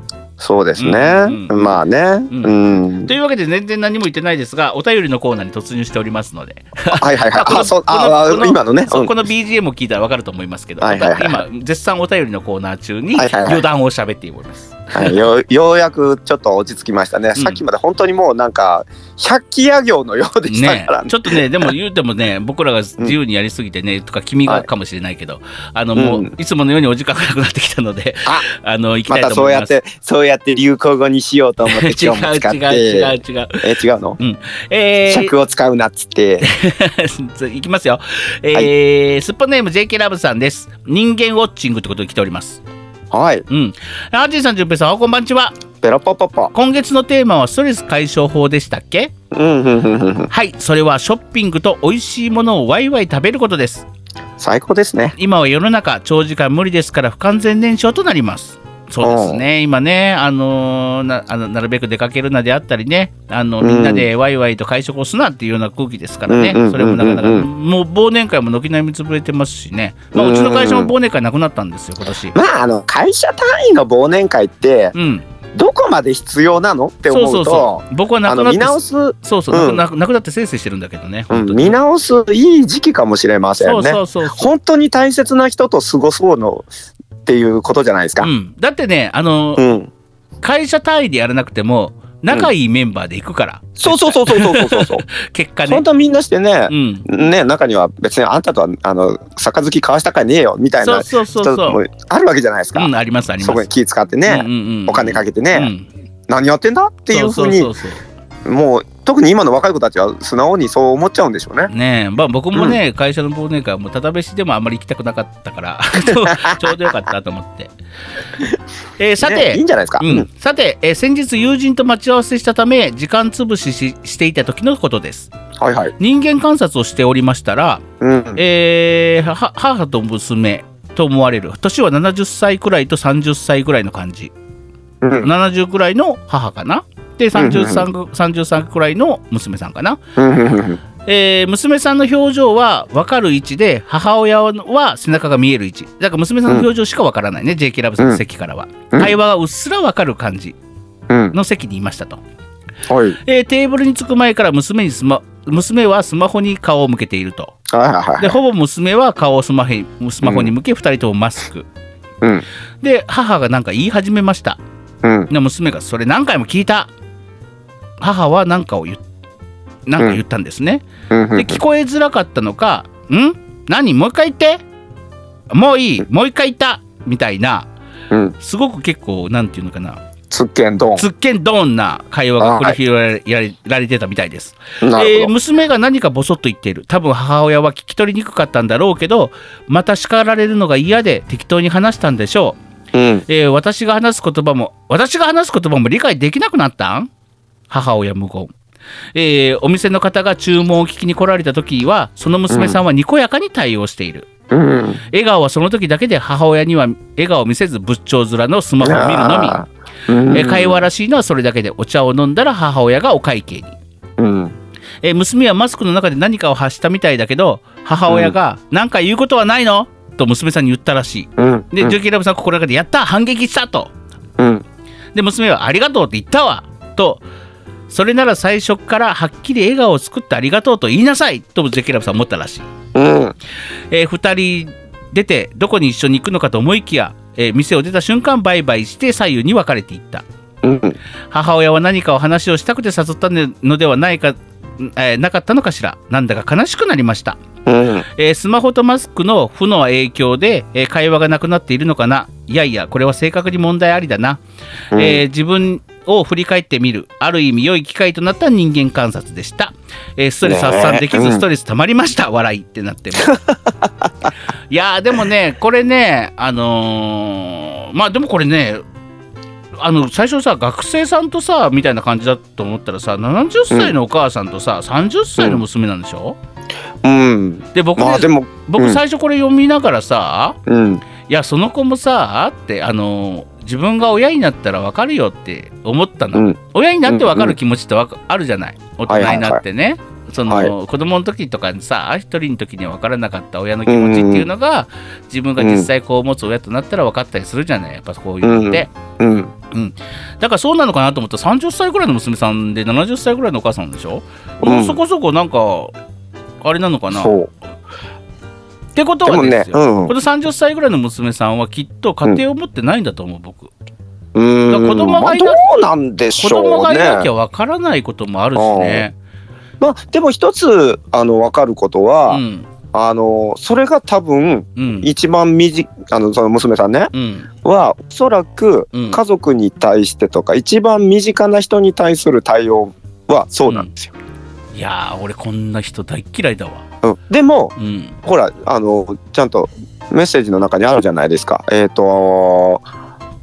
S4: そうですね、
S1: うんうん
S4: まあねうん、
S1: というわけで全然何も言ってないですがお便りのコーナーに突入しておりますので。
S4: はいはいは
S1: (laughs)
S4: い
S1: この
S4: あそう
S1: この
S4: あ
S1: この
S4: あ今のね
S1: そううんこの BGM を聞いたらわかると思いますけど、
S4: はいはいはい
S1: 今絶賛お便りのコーナー中に
S4: はいはいはい
S1: 余談を喋っています。
S4: はいよようやくちょっと落ち着きましたね、
S1: うん
S4: さっきまで本当にもうなんか百鬼夜行のようでした
S1: ね
S4: から、
S1: ちょっと
S4: (laughs)
S1: ねでも言うてもね僕らが自由にやりすぎてね、とか君がかもしれないけど、あのもう、
S4: うん
S1: いつものようにお時間がなくなってきたので
S4: あ
S1: あの行き
S4: ま
S1: たい
S4: た
S1: と
S4: そう
S1: 思い
S4: や
S1: ま
S4: っ
S1: す。
S4: てそうやって流行語にしようと思って
S1: (laughs) 違う
S4: 今日も使って
S1: 違う違う違う。
S4: え違うの、
S1: えー、
S4: 尺を使うなっつって
S1: (laughs) いきますよ。えースッポンネーム JK ラブさんです。人間ウォッチングってことで来ております。
S4: はい
S1: うん。アージンさん、ジュンペイさん、おはこんばんちは。
S4: ペラパパパ。
S1: 今月のテーマはストレス解消法でしたっけ
S4: うんうんうんうんうん。
S1: はいそれはショッピングと美味しいものをワイワイ食べることです
S4: 最高ですね。
S1: 今は世の中長時間無理ですから不完全燃焼となりますそうですね今ね、あのーなあのなるべく出かけるなであったりねあの
S4: うん
S1: みんなでワイワイと会食をすなっていうような空気ですからね、
S4: うんうんうんうん
S1: それもなかなかもう忘年会も軒並み潰れてますしね、まあ、
S4: うん
S1: うちの会社も忘年会なくなったんですよ今年。
S4: まあ、あの、会社単位の忘年会って、
S1: うん、
S4: どこまで必要なのって思うと、
S1: そうそうそう僕はな
S4: あ
S1: く
S4: の、
S1: なっ
S4: 見
S1: て
S4: 直す、
S1: そうそうなく,、
S4: うん
S1: なくなくなってせいせいしてるんだけどね、
S4: う
S1: 本当
S4: ん、
S1: に
S4: 見直すいい時期かもしれませんね。
S1: そうそうそうそう
S4: 本当に大切な人と過ごそうのっていうことじゃないですか。
S1: うん、だってねあの、
S4: うん。
S1: 会社単位でやらなくても仲いいメンバーで行くから、
S4: そうそうそうそうそう
S1: (laughs)
S4: そうそう。
S1: 結果ね
S4: 本。当みんなしてね
S1: う、ん
S4: ね、中には別にあんたとは、あの、杯交わしたかねえよみたい
S1: そ
S4: な
S1: うそうそう
S4: 人
S1: そう
S4: も。あるわけじゃないですか。
S1: うん、ありますあり
S4: そ
S1: ま
S4: こに
S1: す。
S4: 気使って
S1: うんう
S4: ね、
S1: んうん
S4: お金かけて
S1: う
S4: ね、
S1: ん
S4: 何やってんだっていうふうに
S1: そそそ
S4: もう特に今の若い子たちは素直にそう思っちゃうんでしょうね。
S1: ねえ、まあ、僕もね、会社の忘年会はもうただ飯でもあんまり行きたくなかった
S4: (laughs)
S1: から、ちょうどよかったと思って。えーさ
S4: ねいい
S1: て、
S4: んじゃないですか。
S1: うん、さて、えー先日友人と待ち合わせしたため時間潰しししていた時のことです
S4: はいはい。
S1: 人間観察をしておりましたら、
S4: うん。
S1: えーは母と娘と思われる年は70歳くらいと30歳くらいの感じ
S4: うん。
S1: 70くらいの母かなで
S4: う
S1: 33, ぐ33くらいの娘さんかな、
S4: うん。
S1: えー娘さんの表情は分かる位置で母親は背中が見える位置だから娘さんの表情しか分からないね、JK ラブさんの席からは、
S4: うん
S1: 会話がうっすら分かる感じ
S4: うん。
S1: の席にいましたと、
S4: はい。はい
S1: えーテーブルに着く前から娘にスマ娘はスマホに顔を向けていると
S4: はい
S1: で
S4: はい。
S1: ほぼ娘は顔をスマホにスマホに向け2人ともマスク、
S4: うん。
S1: で母が何か言い始めました
S4: うん。
S1: で娘が「それ何回も聞いた」母は何かを言っなんか言ったんですね、
S4: うん。
S1: で聞こえづらかったのか「ん何もう一回言ってもういいもう一回言った」みたいな
S4: うん。
S1: すごく結構なんていうのかな
S4: つっけんどん。
S1: つっけんどんな会話が繰り広げられ,やれ、られてたみたいです
S4: な
S1: え
S4: る
S1: ー
S4: ほど。
S1: 娘が何かボソッと言っている多分母親は聞き取りにくかったんだろうけどまた叱られるのが嫌で適当に話したんでしょう
S4: うん。
S1: えー私が話す言葉も私が話す言葉も理解できなくなったん母親無言、えーお店の方が注文を聞きに来られた時はその娘さんはにこやかに対応している、
S4: うん。
S1: 笑顔はその時だけで母親には笑顔を見せず仏頂面のスマホを見るの
S4: の
S1: み、えー会。話らしいのはそれだけでお茶を飲んだら母親がお会計に、
S4: うん。
S1: えー娘はマスクの中で何かを発したみたいだけど母親が「何か言うことはないの?」と娘さんに言ったらしい
S4: うん。
S1: で、ジョッキーラブさんは心の中で「やった反撃した!」と
S4: うん。
S1: で娘は「ありがとう」って言ったわとそれなら最初からはっきり笑顔を作ってありがとうと言いなさいとゼキラブさん思ったらしい、
S4: うん。
S1: え2人出てどこに一緒に行くのかと思いきや、えー店を出た瞬間バイバイして左右に分かれていった
S4: うん。
S1: 母親は何かを話をしたくて誘ったのではないか、えーなかったのかしらなんだか悲しくなりました
S4: うん。
S1: えースマホとマスクの負の影響で、えー会話がなくなっているのかないやいやこれは正確に問題ありだな、
S4: うん
S1: えー自分を振り返ってみるある意味良い機会となった人間観察でした、えーストレス発散でき
S4: ねえ
S1: ず
S4: うん
S1: ストレス溜まりました、笑いってなってます
S4: (laughs)
S1: いやーでもねこれねあのーまあでもこれねあの最初さ学生さんとさみたいな感じだと思ったらさ70歳のお母さんとさ、30歳の娘なんでしょ、
S4: うん。
S1: で僕ね
S4: まあ、でも。う
S1: 僕
S4: ん
S1: 最初これ読みながらさ「
S4: うん。
S1: いやその子もさ」ってあの自分が親になったらわかるよって思ったの、
S4: うん
S1: 親になってわかる気持ちってわかあるじゃない大人になってね、その、
S4: はい
S1: 子供の時とかにさ一人の時には分からなかった親の気持ちっていうのが、自分が実際こう持つ親となったら分かったりするじゃないやっぱこういうのって、
S4: うん。
S1: だからそうなのかなと思ったら30歳ぐらいの娘さんで70歳ぐらいのお母さんでしょ、もうそこそこなんかあれなのかな
S4: そ
S1: っ
S4: う。
S1: てこと
S4: で
S1: は
S4: も
S1: で
S4: ね
S1: す、よ、
S4: うん
S1: こ。の30歳ぐらいの娘さんはきっと家庭を持ってないんだと思う、僕。
S4: うん。
S1: 子供がいな
S4: まあどうなんでし
S1: 子
S4: ょうね。
S1: 供がいなきゃわからないこともあるしね。
S4: まあでも一つあの分かること
S1: う
S4: は、
S1: ん。
S4: あのそれが多分
S1: うん。
S4: 一番身近あのその娘さんね
S1: うん。
S4: はおそらく
S1: うん
S4: 家族に対してとか、一番身近な人に対する対応はそうなんですよ。
S1: いやー、俺こんな人大っ嫌いだわ。
S4: うんでも
S1: うん。
S4: ほらあのちゃんとメッセージの中にあるじゃないですか。えっ、と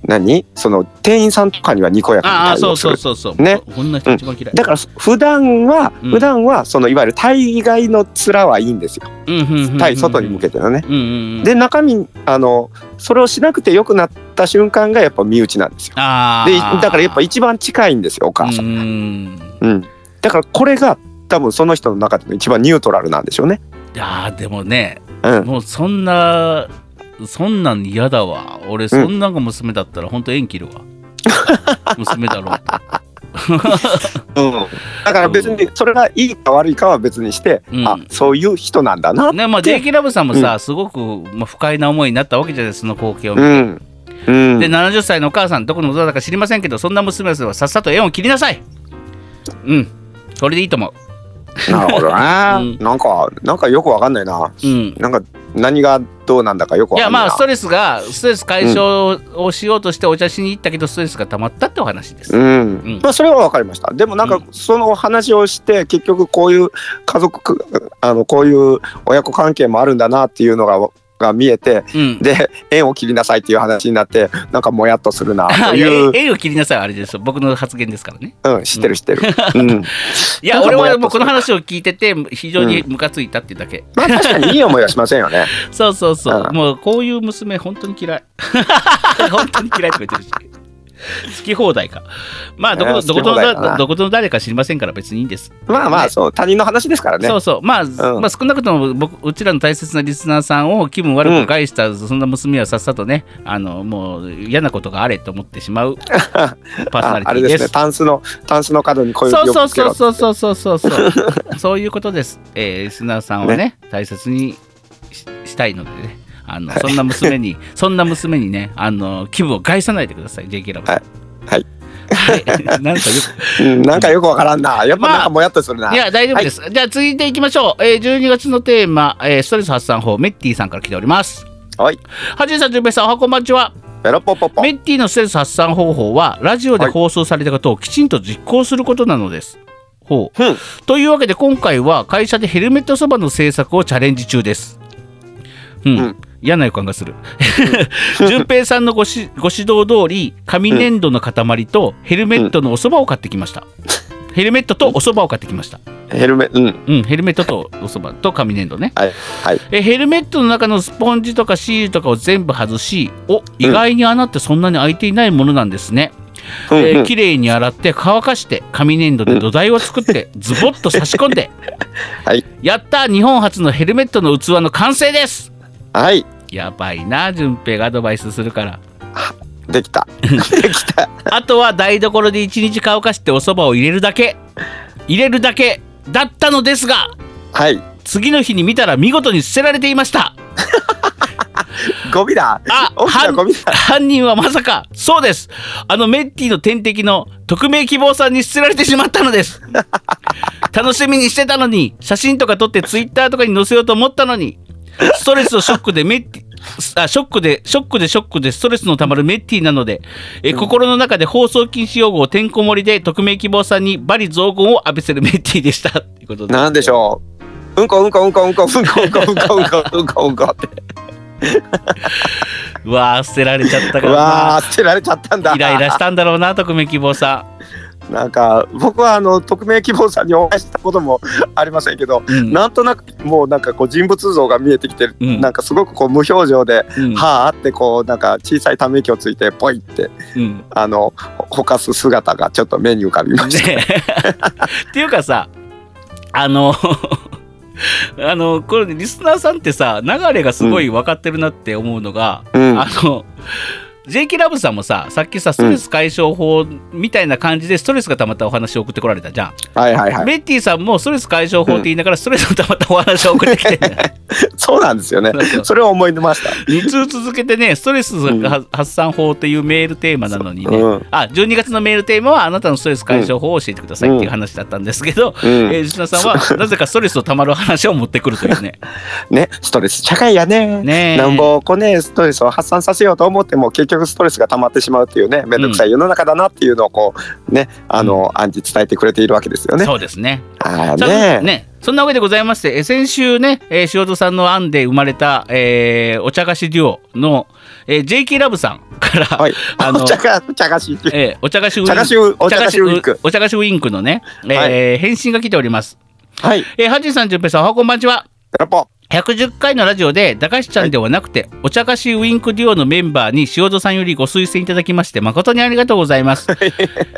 S4: 何その店員さんとかにはにこやかに
S1: ああ、
S4: 対
S1: そう
S4: 応す
S1: そう
S4: る
S1: そうそう。
S4: ね
S1: こんな人一番嫌い。
S4: だから普段は、
S1: うん
S4: 普段はそのいわゆる対外の面はいいんですよ
S1: うんうんうんうん
S4: 対外に向けてのね。
S1: うんうんうん。
S4: で中身あのそれをしなくてよくなった瞬間がやっぱ身内なんですよ。
S1: あ
S4: で
S1: あ。
S4: だからやっぱ一番近いんですよお母さん。
S1: うん。
S4: うん、だからこれが多分その人の中での一番ニュートラルなんでしょうね。
S1: ああ、でもね、
S4: うん、
S1: もうそんな、そんなん嫌だわ。俺、そんなんが娘だったら、ほんと縁切る
S4: (laughs)
S1: わ。娘だろうと。
S4: だから別にそれがいいか悪いかは別にして、
S1: うん
S4: あそういう人なんだな。
S1: ねまあ、
S4: で
S1: JK ラブさんもさ、すごく、まあ、不快な思いになったわけじゃないその光景を見
S4: う
S1: て。
S4: んうん、
S1: で、70歳のお母さん、どこの大人だか知りませんけど、そんな娘さんはさっさと縁を切りなさい。うん。それでいいと思う。
S4: なるほどな、
S1: (laughs) うん
S4: なんかなんかよくわかんないな。
S1: うん。
S4: なんか何がどうなんだかよく
S1: い
S4: わ
S1: や
S4: かんない
S1: ま
S4: な。
S1: あストレスがストレス解消をしようとしてお茶しに行ったけどストレスが溜まったってお話です。
S4: うん
S1: ん
S4: まあそれは分かりましたでもなん
S1: う
S4: かその話をして結局こういう家族あのこういう親子関係もあるんだなっていうのがが見えて
S1: うん。
S4: で縁を切りなさいっていう話になってなんかもやっとす
S1: (laughs)
S4: るなと
S1: あいや
S4: いう、
S1: 縁を切りなさいはあれですよ僕の発言ですからね。
S4: うん、知ってる知ってる、うん、
S1: いや
S4: なんか
S1: 俺
S4: もや
S1: は
S4: っとする
S1: もうこの話を聞いてて非常にムカついたっていうだけ。
S4: まあ確かにいい思いはしませんよね
S1: そうそうそううんもうこういう娘本当に嫌い。 (laughs) 本当に嫌いって言ってるし。好き放題か。まあどこ
S4: いや
S1: どことの
S4: 好き放題だな
S1: どことの誰か知りませんから別にいいんです。
S4: まあまあそう他人の話ですからね
S1: そうそう、まあ、まあ少なくとも僕うちらの大切なリスナーさんを気分悪く害した、そんな娘はさっさとねあのもう嫌なことがあれと思ってしまうパーソナ
S4: (laughs) あ
S1: リテ
S4: あれ
S1: ィ
S4: で
S1: です
S4: ね
S1: す。
S4: タンスのタンスの角にこういう
S1: そう
S4: 病
S1: そう
S4: 気つけ
S1: そ
S4: ろ
S1: うそうそうそうそうそうそう (laughs) いうことです、えー、リスナーさんをね大切にししたいのでねあのそんな娘
S4: (laughs)
S1: にそんな娘にねあの気分を害さないでください JK ラブさん
S4: はい
S1: はい、 (laughs) なん
S4: (laughs)
S1: かよく
S4: うんなんかよくわからんなやっぱなんかもやっとするな、
S1: いや、大丈夫です。じゃあ、続いていきましょう。えー、12月のテーマ、えーストレス発散法、メッティさんから来ております。
S4: はい
S1: はじめさん、じゅんべいさん、おはこんばんちは。
S4: ペロポポポ
S1: メッティのストレス発散方法は、ラジオで
S4: はい
S1: 放送されたことをきちんと実行することなのです。ほう
S4: うん
S1: というわけで、今回は会社でヘルメットそばの制作をチャレンジ中です。うん。
S4: うん
S1: 嫌な予感がする。 (laughs) 順平さんのごしご指導通り、紙粘土の塊とヘルメットのおそばを買ってきました。ヘルメットとおそばを買ってきました。
S4: ヘルメうん
S1: うん、ヘルメットとおそばと紙粘土ね。
S4: はいはい
S1: えヘルメットの中のスポンジとかシールとかを全部外し、お意外に穴ってそんなに開いていないものなんですね。
S4: うん
S1: え
S4: う
S1: ー
S4: ん
S1: 綺麗に洗って乾かして紙粘土で土台を作って、ズボッと差し込んで、
S4: (laughs) はい
S1: やったー日本初のヘルメットの器の完成です
S4: はい
S1: やばいな順平がアドバイスするから
S4: できたできた
S1: あとは台所で一日乾かしておそばを入れるだけ入れるだけだったのですが
S4: はい
S1: 次の日に見たら見事に捨てられていました
S4: ゴミだ
S1: あ
S4: 大きな
S1: 犯
S4: ゴミだ
S1: 犯人はまさかそうですあのメッティの天敵の匿名希望さんに捨てられてしまったのです
S4: (laughs)
S1: 楽しみにしてたのに写真とか撮ってツイッターとかに載せようと思ったのにストレスとショックでメッティあショックでショックでショックでストレスのたまるメッティなのでえ心の中で放送禁止用語をてんこ盛りで匿名希望さんに罵詈雑言を浴びせるメッティでしたということ
S4: なんでしょううんこうんこうんこうんこうんこうんこうんこうんこうんこうんこって
S1: うわー捨てられちゃったか
S4: う
S1: らな
S4: わー捨てられちゃったんだ
S1: イライラしたんだろうな匿名希望さん
S4: なんか僕はあの匿名希望さんにお会いしたこともありませんけど
S1: うん
S4: なんとなくもうなんかこう人物像が見えてきてる、
S1: うん
S4: なんかすごくこう無表情で
S1: う
S4: 「
S1: ん
S4: はあ」ってこうなんか小さいため息をついてポイって
S1: うん
S4: あのほほかす姿がちょっと目に浮かびました。
S1: ね (laughs) っていうかさあの (laughs) あのこれリスナーさんってさ流れがすごい分かってるなって思うのが、
S4: うん
S1: あの JK ラブさんもささっきさストレス解消法みたいな感じでストレスが溜まったお話を送ってこられたじゃん、
S4: はいはいはい、
S1: メッティさんもストレス解消法って言いながらストレスの溜まったお話を送ってきてんだ
S4: (laughs)
S1: よ
S4: そうなんですよね
S1: そうそう
S4: それを思い出ました
S1: 2通続けてねストレスは発散法というメールテーマなのにね、
S4: うん
S1: あ12月のメールテーマはあなたのストレス解消法を教えてくださいっていう話だったんですけど、
S4: うん
S1: えー、吉田さんはなぜかストレスをたまる話を持ってくるという
S4: (laughs)
S1: ね。
S4: ねストレス社会やね
S1: ねえ
S4: なんぼこうねストレスを発散させようと思っても結局ストレスが溜まってしまうっていうね面倒くさい世の中だなっていうのをこうねあの、暗示伝えてくれているわけですよね。
S1: そうですね。
S4: ああ
S1: ちゃんと
S4: ね
S1: ね、そんなわけでございまして、えー先週ね、えー塩戸さんの案で生まれた、えーお茶菓子デュオの、えー JK ラブさんから、
S4: はい
S1: あの
S4: お茶が茶菓子
S1: (laughs) えーお茶菓子ウイン
S4: 茶菓子ウお茶菓子ウインク
S1: お茶菓子ウインクのね、えー
S4: は
S1: 返信が来ております。
S4: はい
S1: えー、ハジさん、ジュンペイさん、おはこんばんちは。
S4: ラポ
S1: 110回のラジオで駄菓子ちゃんではなくて、お茶菓子ウィンクデュオのメンバーに塩戸さんよりご推薦いただきまして誠にありがとうござい
S4: (laughs)
S1: ます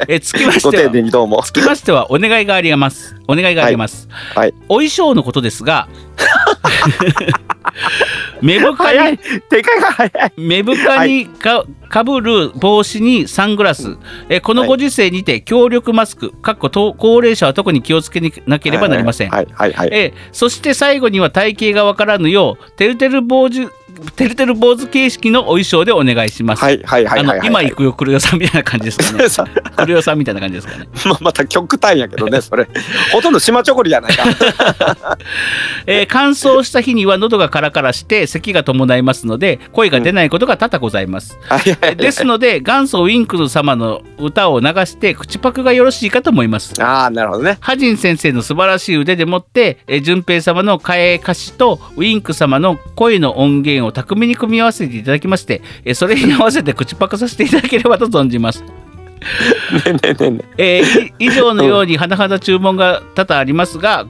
S1: えつきまし
S4: ご
S1: て
S4: 丁
S1: は
S4: 寧にどうも
S1: つきましてはお願いがありますお願いがあります、
S4: はい
S1: お衣装のことですが目深に
S4: でかいが早い
S1: 目深にかかぶる帽子にサングラス、えこのご時世にて強力マスクかっこ高高齢者は特に気をつけなければなりません、
S4: はいはいはいはい
S1: ええ、そして最後には体型がわからぬようてるてる坊主てるてる坊主形式のお衣装でお願いします。
S4: はいはいはい
S1: あ
S4: は
S1: の
S4: いはい。
S1: 今行くよクルヨさんみたいな感じですかね
S4: (laughs) さ
S1: クルヨさんみたいな感じですかね。
S4: まあまた極端やけどねそれほとんど島チョコリじ
S1: (laughs)
S4: ゃないか
S1: えー乾燥した日には喉がカラカラして咳が伴いますので声が出ないことが多々ございます。
S4: はいはいはい
S1: ですので元祖ウィンクル様の歌を流して口パクがよろしいかと思います。
S4: ああなるほどね
S1: ハジン先生の素晴らしい腕でもって、えー、順平様の替え歌詞とウィンク様の声の音源を巧みに組み合わせていただきまして、えーそれに合わせて口パクさせていただければと存じます。
S4: ねえねえねえね
S1: えーい (laughs) 以上のように甚だ注文が多々ありますが、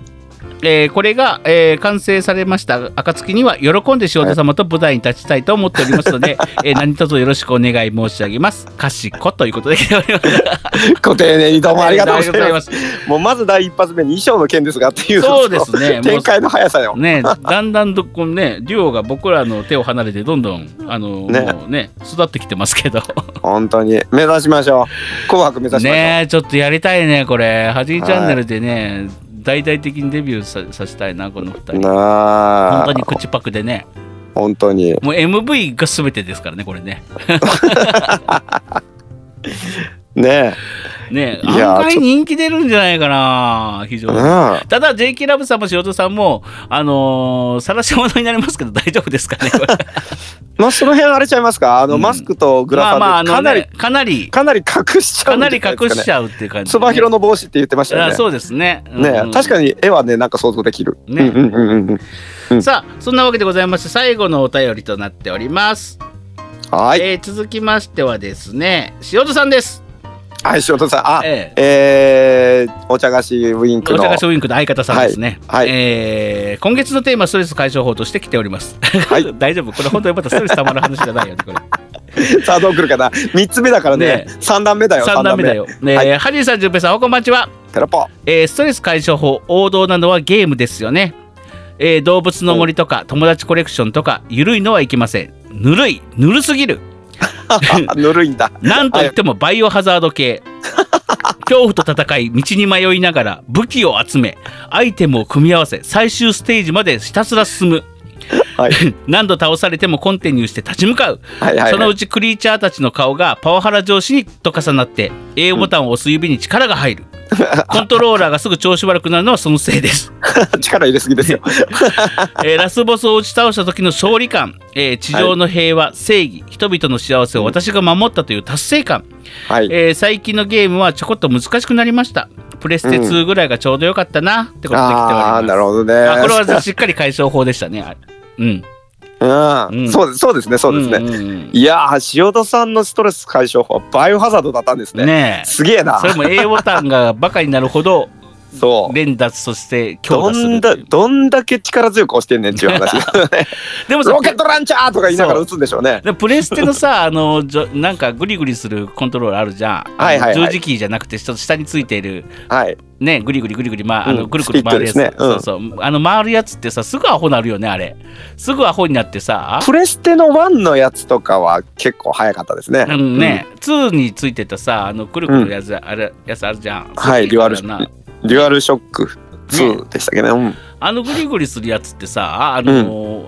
S1: えーこれが、えー完成されました暁には喜んで塩田様と舞台に立ちたいと思っておりますの
S4: (laughs)
S1: で、えー何卒よろしくお願い申し上げます。かしこということで来ております。
S4: えご丁寧にどうもありがとうご
S1: あ
S4: ざいます
S1: す。
S4: もうまず第一発目に衣装の件ですがっていう
S1: そうです
S4: (laughs)
S1: ね
S4: 展開の速さよ
S1: ね、だんだんとこのね、デュオが僕らの手を離れて、どんどん、あの、
S4: ね
S1: もうね、育ってきてますけど。
S4: 本当に目指しましょう紅白目指しましょう、
S1: ねえ、ちょっとやりたいね、これ、はじいチャンネルでね、大々的にデビューささせたいな、この二人。
S4: なあ
S1: 本当に口パクでね、
S4: 本当に
S1: もう MV が全てですからね、これね。
S4: ね
S1: ねえ、
S4: いやー
S1: 案外人気出るんじゃないかな、非
S4: え
S1: 常
S4: う
S1: に。
S4: ん
S1: ただ、JK ラブさんも塩戸さんも、あのー晒し者になりますけど、大丈夫ですかね、
S4: (laughs)
S1: これ
S4: まあその辺荒れちゃいますかあの、
S1: うん
S4: マスクとグ
S1: まあ
S4: ラ
S1: まあ、
S4: サ
S1: あ
S4: ン
S1: の
S4: でかなり、
S1: ね、かなり、
S4: かなり隠しちゃ
S1: か
S4: うんじ
S1: な
S4: ゃな
S1: り
S4: いですか、ね、
S1: 隠しちゃうっていう感じ、
S4: つばひろの帽子って言ってましたよ
S1: あ
S4: ね
S1: そうですね。
S4: ねえ、
S1: うん
S4: 確かに絵はねなんか想像できる
S1: ね
S4: うんうんうんうんうん
S1: さあそんなわけでございまして最後のお便りとなっております、
S4: はい、
S1: えー続きましてはですね塩戸さんです
S4: はい塩田さんあ
S1: え
S4: えーお茶菓子ウインク
S1: お
S4: の
S1: 茶菓子ウィンクの相方さんですね、
S4: はいはい
S1: えー今月のテーマストレス解消法として来ております、
S4: はい
S1: (laughs) 大丈夫これ本当にまたストレスたまる話じゃないよねこれ
S4: さあどう来るかな三つ目だからね
S1: ね
S4: 三段 (laughs) 目だよ
S1: 3段目だよ、ね
S4: は
S1: ハリーさん淳平さんおこんばんちは
S4: ペラポ
S1: えーストレス解消法王道なのはゲームですよね、えー動物の森とか友達コレクションとかゆるいのはいけませんぬるいぬるすぎる
S4: ぬるいんだ
S1: なんといってもバイオハザード
S4: (laughs)
S1: 系恐怖と戦い道に迷いながら武器を集めアイテムを組み合わせ最終ステージまでひたすら進む
S4: はい
S1: (laughs) 何度倒されてもコンティニューして立ち向かう
S4: はいはいはい
S1: そのうちクリーチャーたちの顔がパワハラ上司にと重なって A ボタンを押す指に力が入
S4: (laughs)
S1: る、コントローラーがすぐ調子悪くなるのはそのせいです、
S4: (laughs) 力入れすぎですよ
S1: (laughs) えーラスボスを打ち倒した時の勝利感、えー地上の平和、正義人々の幸せを私が守ったという達成感、
S4: はい、
S1: えー最近のゲームはちょこっと難しくなりましたプレステ2ぐらいがちょうどよかったなってことで来ております、
S4: ああーなるほどね
S1: あこれはしっかり解消法でしたねあれうん
S4: うん
S1: うん
S4: そうですそうですねそうですね、
S1: んんうん
S4: いやー塩田さんのストレス解消法はバイオハザードだったんですね
S1: ねえ
S4: すげえな
S1: それも A ボタンがバカになるほ
S4: (laughs)
S1: ど
S4: そう
S1: 連打そして強
S4: ど
S1: 打する
S4: んだどんだけ力強く押してんねんっていう
S1: (laughs)
S4: 話 (laughs)
S1: でもさ
S4: ロケットランチャーとか言いながら撃つんでしょうね
S1: でプレステのさ (laughs) あのじょなんかグリグリするコントローラーあるじゃん、
S4: はいはいはい
S1: あの十字キーじゃなくてちょっと下についている
S4: はい
S1: ねグリグリグリグリ、まあ、あ
S4: う
S1: の
S4: ん
S1: ぐるぐる回るやつ、
S4: スピットですねうん
S1: そうそうあの回るやつってさすぐアホなるよねあれすぐアホになってさ
S4: プレステの1のやつとかは結構早かったですね
S1: あのね、2についてたさあのくるくるやつ,、あれやつあるじゃん
S4: はい
S1: それからな
S4: うんデュアルショック2でしたっけねうん
S1: あのグリグリするやつってさあの、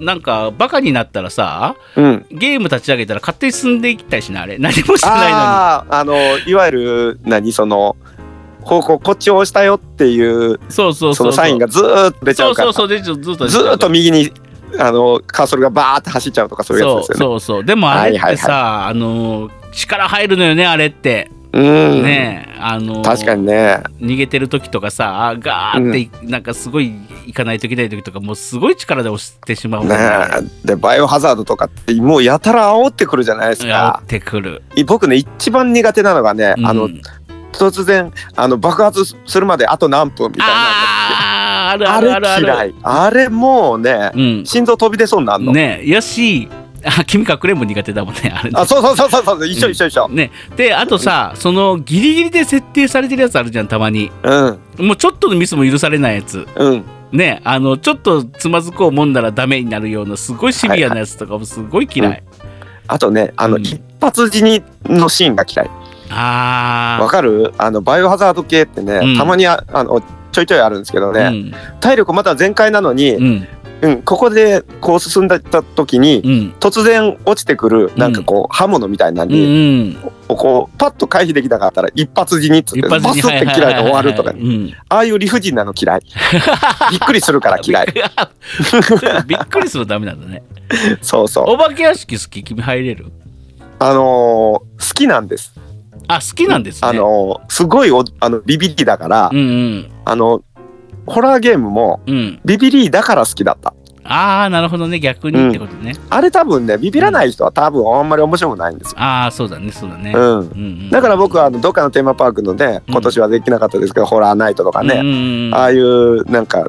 S1: なんかバカになったらさ
S4: うん
S1: ゲーム立ち上げたら勝手に進んでいきたいしなあれ (laughs) 何もしてないの
S4: あああのいわゆる何その方向こっちを押したよっていう
S1: にそうそう
S4: そ
S1: そう
S4: のサインがずーっと出ちゃ
S1: そう
S4: うか
S1: そう
S4: ら
S1: そうでずっと
S4: ずーっと右にあのカーソルがバーって走っちゃうとかそういうや
S1: そう
S4: つですよね
S1: そうそうでもあれってさ、
S4: はいはい
S1: あの力入るのよねあれって、
S4: うん
S1: ねえあの
S4: 確かにね
S1: 逃げてる時とかさあガーって、なんかすごい行かないといけない時とかもうすごい力で押してしまうもん
S4: ねえでバイオハザードとかってもうやたら煽ってくるじゃないです
S1: 煽
S4: か
S1: ってくる、
S4: 僕ね一番苦手なのがね、あ
S1: う
S4: の
S1: ん
S4: 突然あの爆発するまであと何分みたいな
S1: あーある
S4: あ
S1: あ
S4: れ
S1: るあるある
S4: 嫌いあれもうね、
S1: う
S4: 心臓飛び出そうになる
S1: ん
S4: の、
S1: ねよしあ君かくれんぼ苦手だもんねあれね
S4: あそうそうそうそうそう一緒一緒一緒
S1: ねであとさそのギリギリで設定されてるやつあるじゃんたまに
S4: うん
S1: もうちょっとのミスも許されないやつ
S4: うん
S1: ねあのちょっとつまずこうもんだらダメになるようなすごいシビアなやつとかもすごい嫌い、
S4: はいあとねあの、
S1: うん
S4: 一発死にのシーンが嫌いわ
S1: あ
S4: かるあのバイオハザード系ってね、
S1: うん
S4: たまにああのちょいちょいあるんですけど
S1: あ
S4: ね、体力まだ全開なのに、
S1: うんうん
S4: うんここでこう進んだ時に、
S1: うん
S4: 突然落ちてくるなんかこう刃物みたいなの
S1: うん
S4: に、
S1: うん
S4: こうパッと回避できなかったら一発死にっつって
S1: 一
S4: バス
S1: 発
S4: って
S1: には
S4: 嫌
S1: いはい
S4: いで
S1: はい
S4: 終わるとか、
S1: うん
S4: ああいう理不尽なの
S1: (laughs)
S4: 嫌いびっくりするから嫌い
S1: びっくりするのダメなん (laughs) だね
S4: そうそう
S1: お化け屋敷好き君入れる
S4: あのー好きなんです、
S1: あ好きなんですね
S4: あのーすごいおあのビビリだから、
S1: うんうん
S4: あのホラーゲームも
S1: うん
S4: ビビリだから好きだった
S1: ああなるほどね逆にってことね、
S4: あれ多分ねビビらない人は多分あんまり面白くないんですよ、
S1: ああそうだねそうだね、
S4: うん
S1: うんうん
S4: だから僕はあのどっかのテーマパークのね今年はできなかったですけど、ホラーナイトとかね、
S1: うんうんうん
S4: ああいうなんか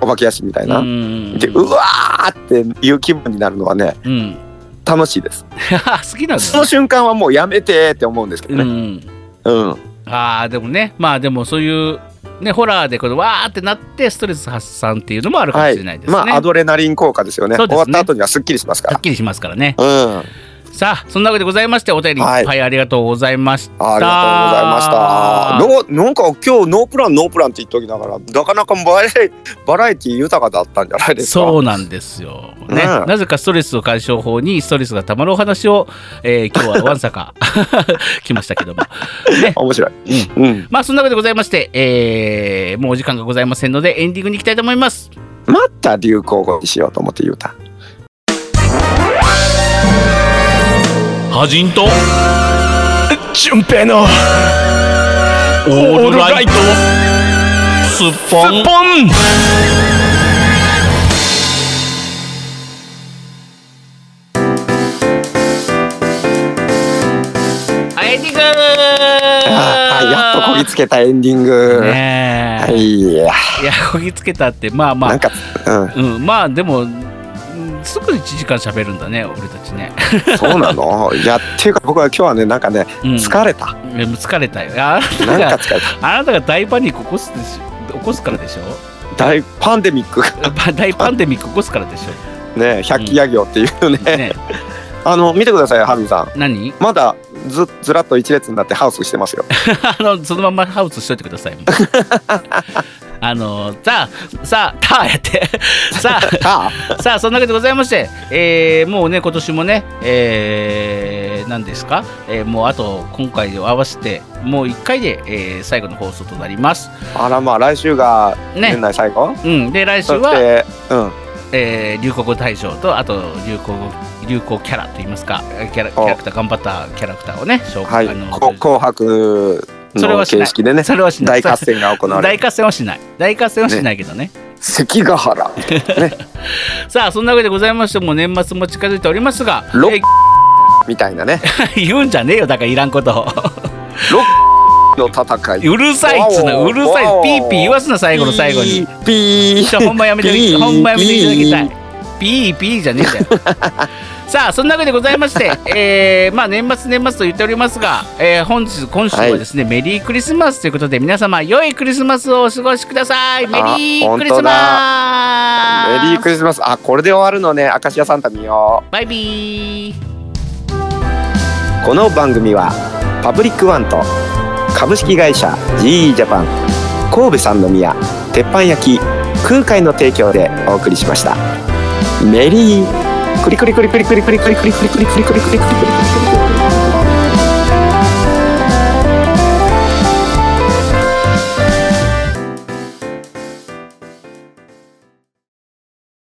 S4: お化け屋敷みたいな、
S1: うんうんうん
S4: でうわーっていう気分になるのはね
S1: うん (laughs)
S4: 楽しいです
S1: 好きなんだ、ね、
S4: その瞬間はもうやめてーって思うんですけ
S1: う
S4: どね
S1: ん
S4: うん、
S1: ああでもねまあでもそういうねホラーでこのわーってなってストレス発散っていうのもあるかも
S4: は
S1: し
S4: い
S1: れないですね、
S4: まあアドレナリン効果ですよね
S1: そうですね
S4: 終わった後にはすっきりします
S1: は
S4: か
S1: っきりしますからね
S4: らうん
S1: さあそんなわけでございましてお便りい
S4: はい
S1: っぱいありがとうございました、
S4: ありがとうございました。のなんか今日ノープランノープランって言っときながらなかなかバラエ (laughs) バラエティ豊かだったんじゃないですか。
S1: そう
S4: う
S1: なんですよ、ね
S4: ね
S1: なぜかストレスを解消法にストレスがたまるお話を、えー今日はわんさか (laughs) 来ましたけどもね
S4: 面白い。うん。
S1: まあそんなわけでございまして、えーもうお時間がございませんのでエンディングに行きたいと思います
S4: また流行語にしようと思って言うた。
S1: はじんと
S5: 純平の
S1: オ
S5: ールライト
S1: スッ
S5: ポンポン
S1: エンディング
S4: ああやっとこぎつけたエンディング。
S1: ね
S4: は
S1: え、
S4: い。い
S1: い、
S4: や
S1: やこぎつけたってまあま
S4: なん
S1: あ
S4: か
S1: うんまあでもうんすぐ1時間喋るんだね俺たちね、
S4: うんそう
S1: (laughs)
S4: なの。いやっていうか僕は今日はねなんかね
S1: うん、
S4: 疲れた。
S1: いやもう疲れたよいやあなた
S4: なんか
S1: が
S4: 疲れた。
S1: あなたが大パニック起こすでしょ起こすからでしょ
S4: 大パンデミック
S1: パ (laughs) 大パンデミック起こすからでし
S4: ね百鬼夜行っていう
S1: ょ
S4: ね。
S1: ね
S4: (laughs) あの見てくださいハミさん。
S1: 何 (laughs)
S4: まだずずらっと一列になってハウスしてますよ。
S1: あのそのままハウスしといてくだ
S4: (laughs)
S1: さいあのさあさあたあやってさあ
S4: あ
S1: さあそんなわけでございまして、えーもうね今年もね、えー、何ですか、えーもうあと今回を合わせてもう1回で、えー最後の放送となります。
S4: あらまあ来週が
S1: ね
S4: 年内最後、
S1: うん、で来週
S4: そし
S1: は、
S4: てうん
S1: えー流行語大賞とあと流行語流行キャラといいますかキャラキャラクター頑張ったキャラクターをね紹
S4: は
S1: 介、
S4: い
S1: あの
S4: こ紅白
S1: それは
S4: の
S1: しない
S4: 形式でね
S1: それはしない
S4: 大合戦が行わ
S1: 大
S4: れる
S1: 合戦はしない大合戦はしないけどね
S4: 関ヶ原みたいなね
S1: さあそんなわけでございましてもう年末も近づいておりますが、
S4: ろ
S1: え
S4: みたい
S1: (laughs)
S4: なね
S1: ー言うんじゃねえよだからいらん
S4: (laughs)
S1: ことを。
S4: ロッの戦いう
S1: るさいっつうな
S4: おー
S1: うるさい
S4: おー
S1: ピーピー言わすな最後の最後に
S4: ピーピ
S1: ち
S4: ー
S1: ょほんまやめて
S4: ピー
S1: ほんまやめていただきたいピーピーじゃねえん
S4: (laughs)
S1: だよさあそんなわけでございまして、えーまあ年末年末と言っておりますが、えー本日今週はですね、メリークリスマスということで皆様良いクリスマスをお過ごしくださいメリークリスマス
S4: メリークリスマスあこれで終わるのねアカシアサンタ見よ
S1: バイビー
S4: うこの番組はパブリックワンと株式会社 GE ジャパン神戸三宮鉄板焼き空海の提供でお送りしましたメリークリクリクリクリクリクリクリクリクリクリクリクリクリクリクリクリ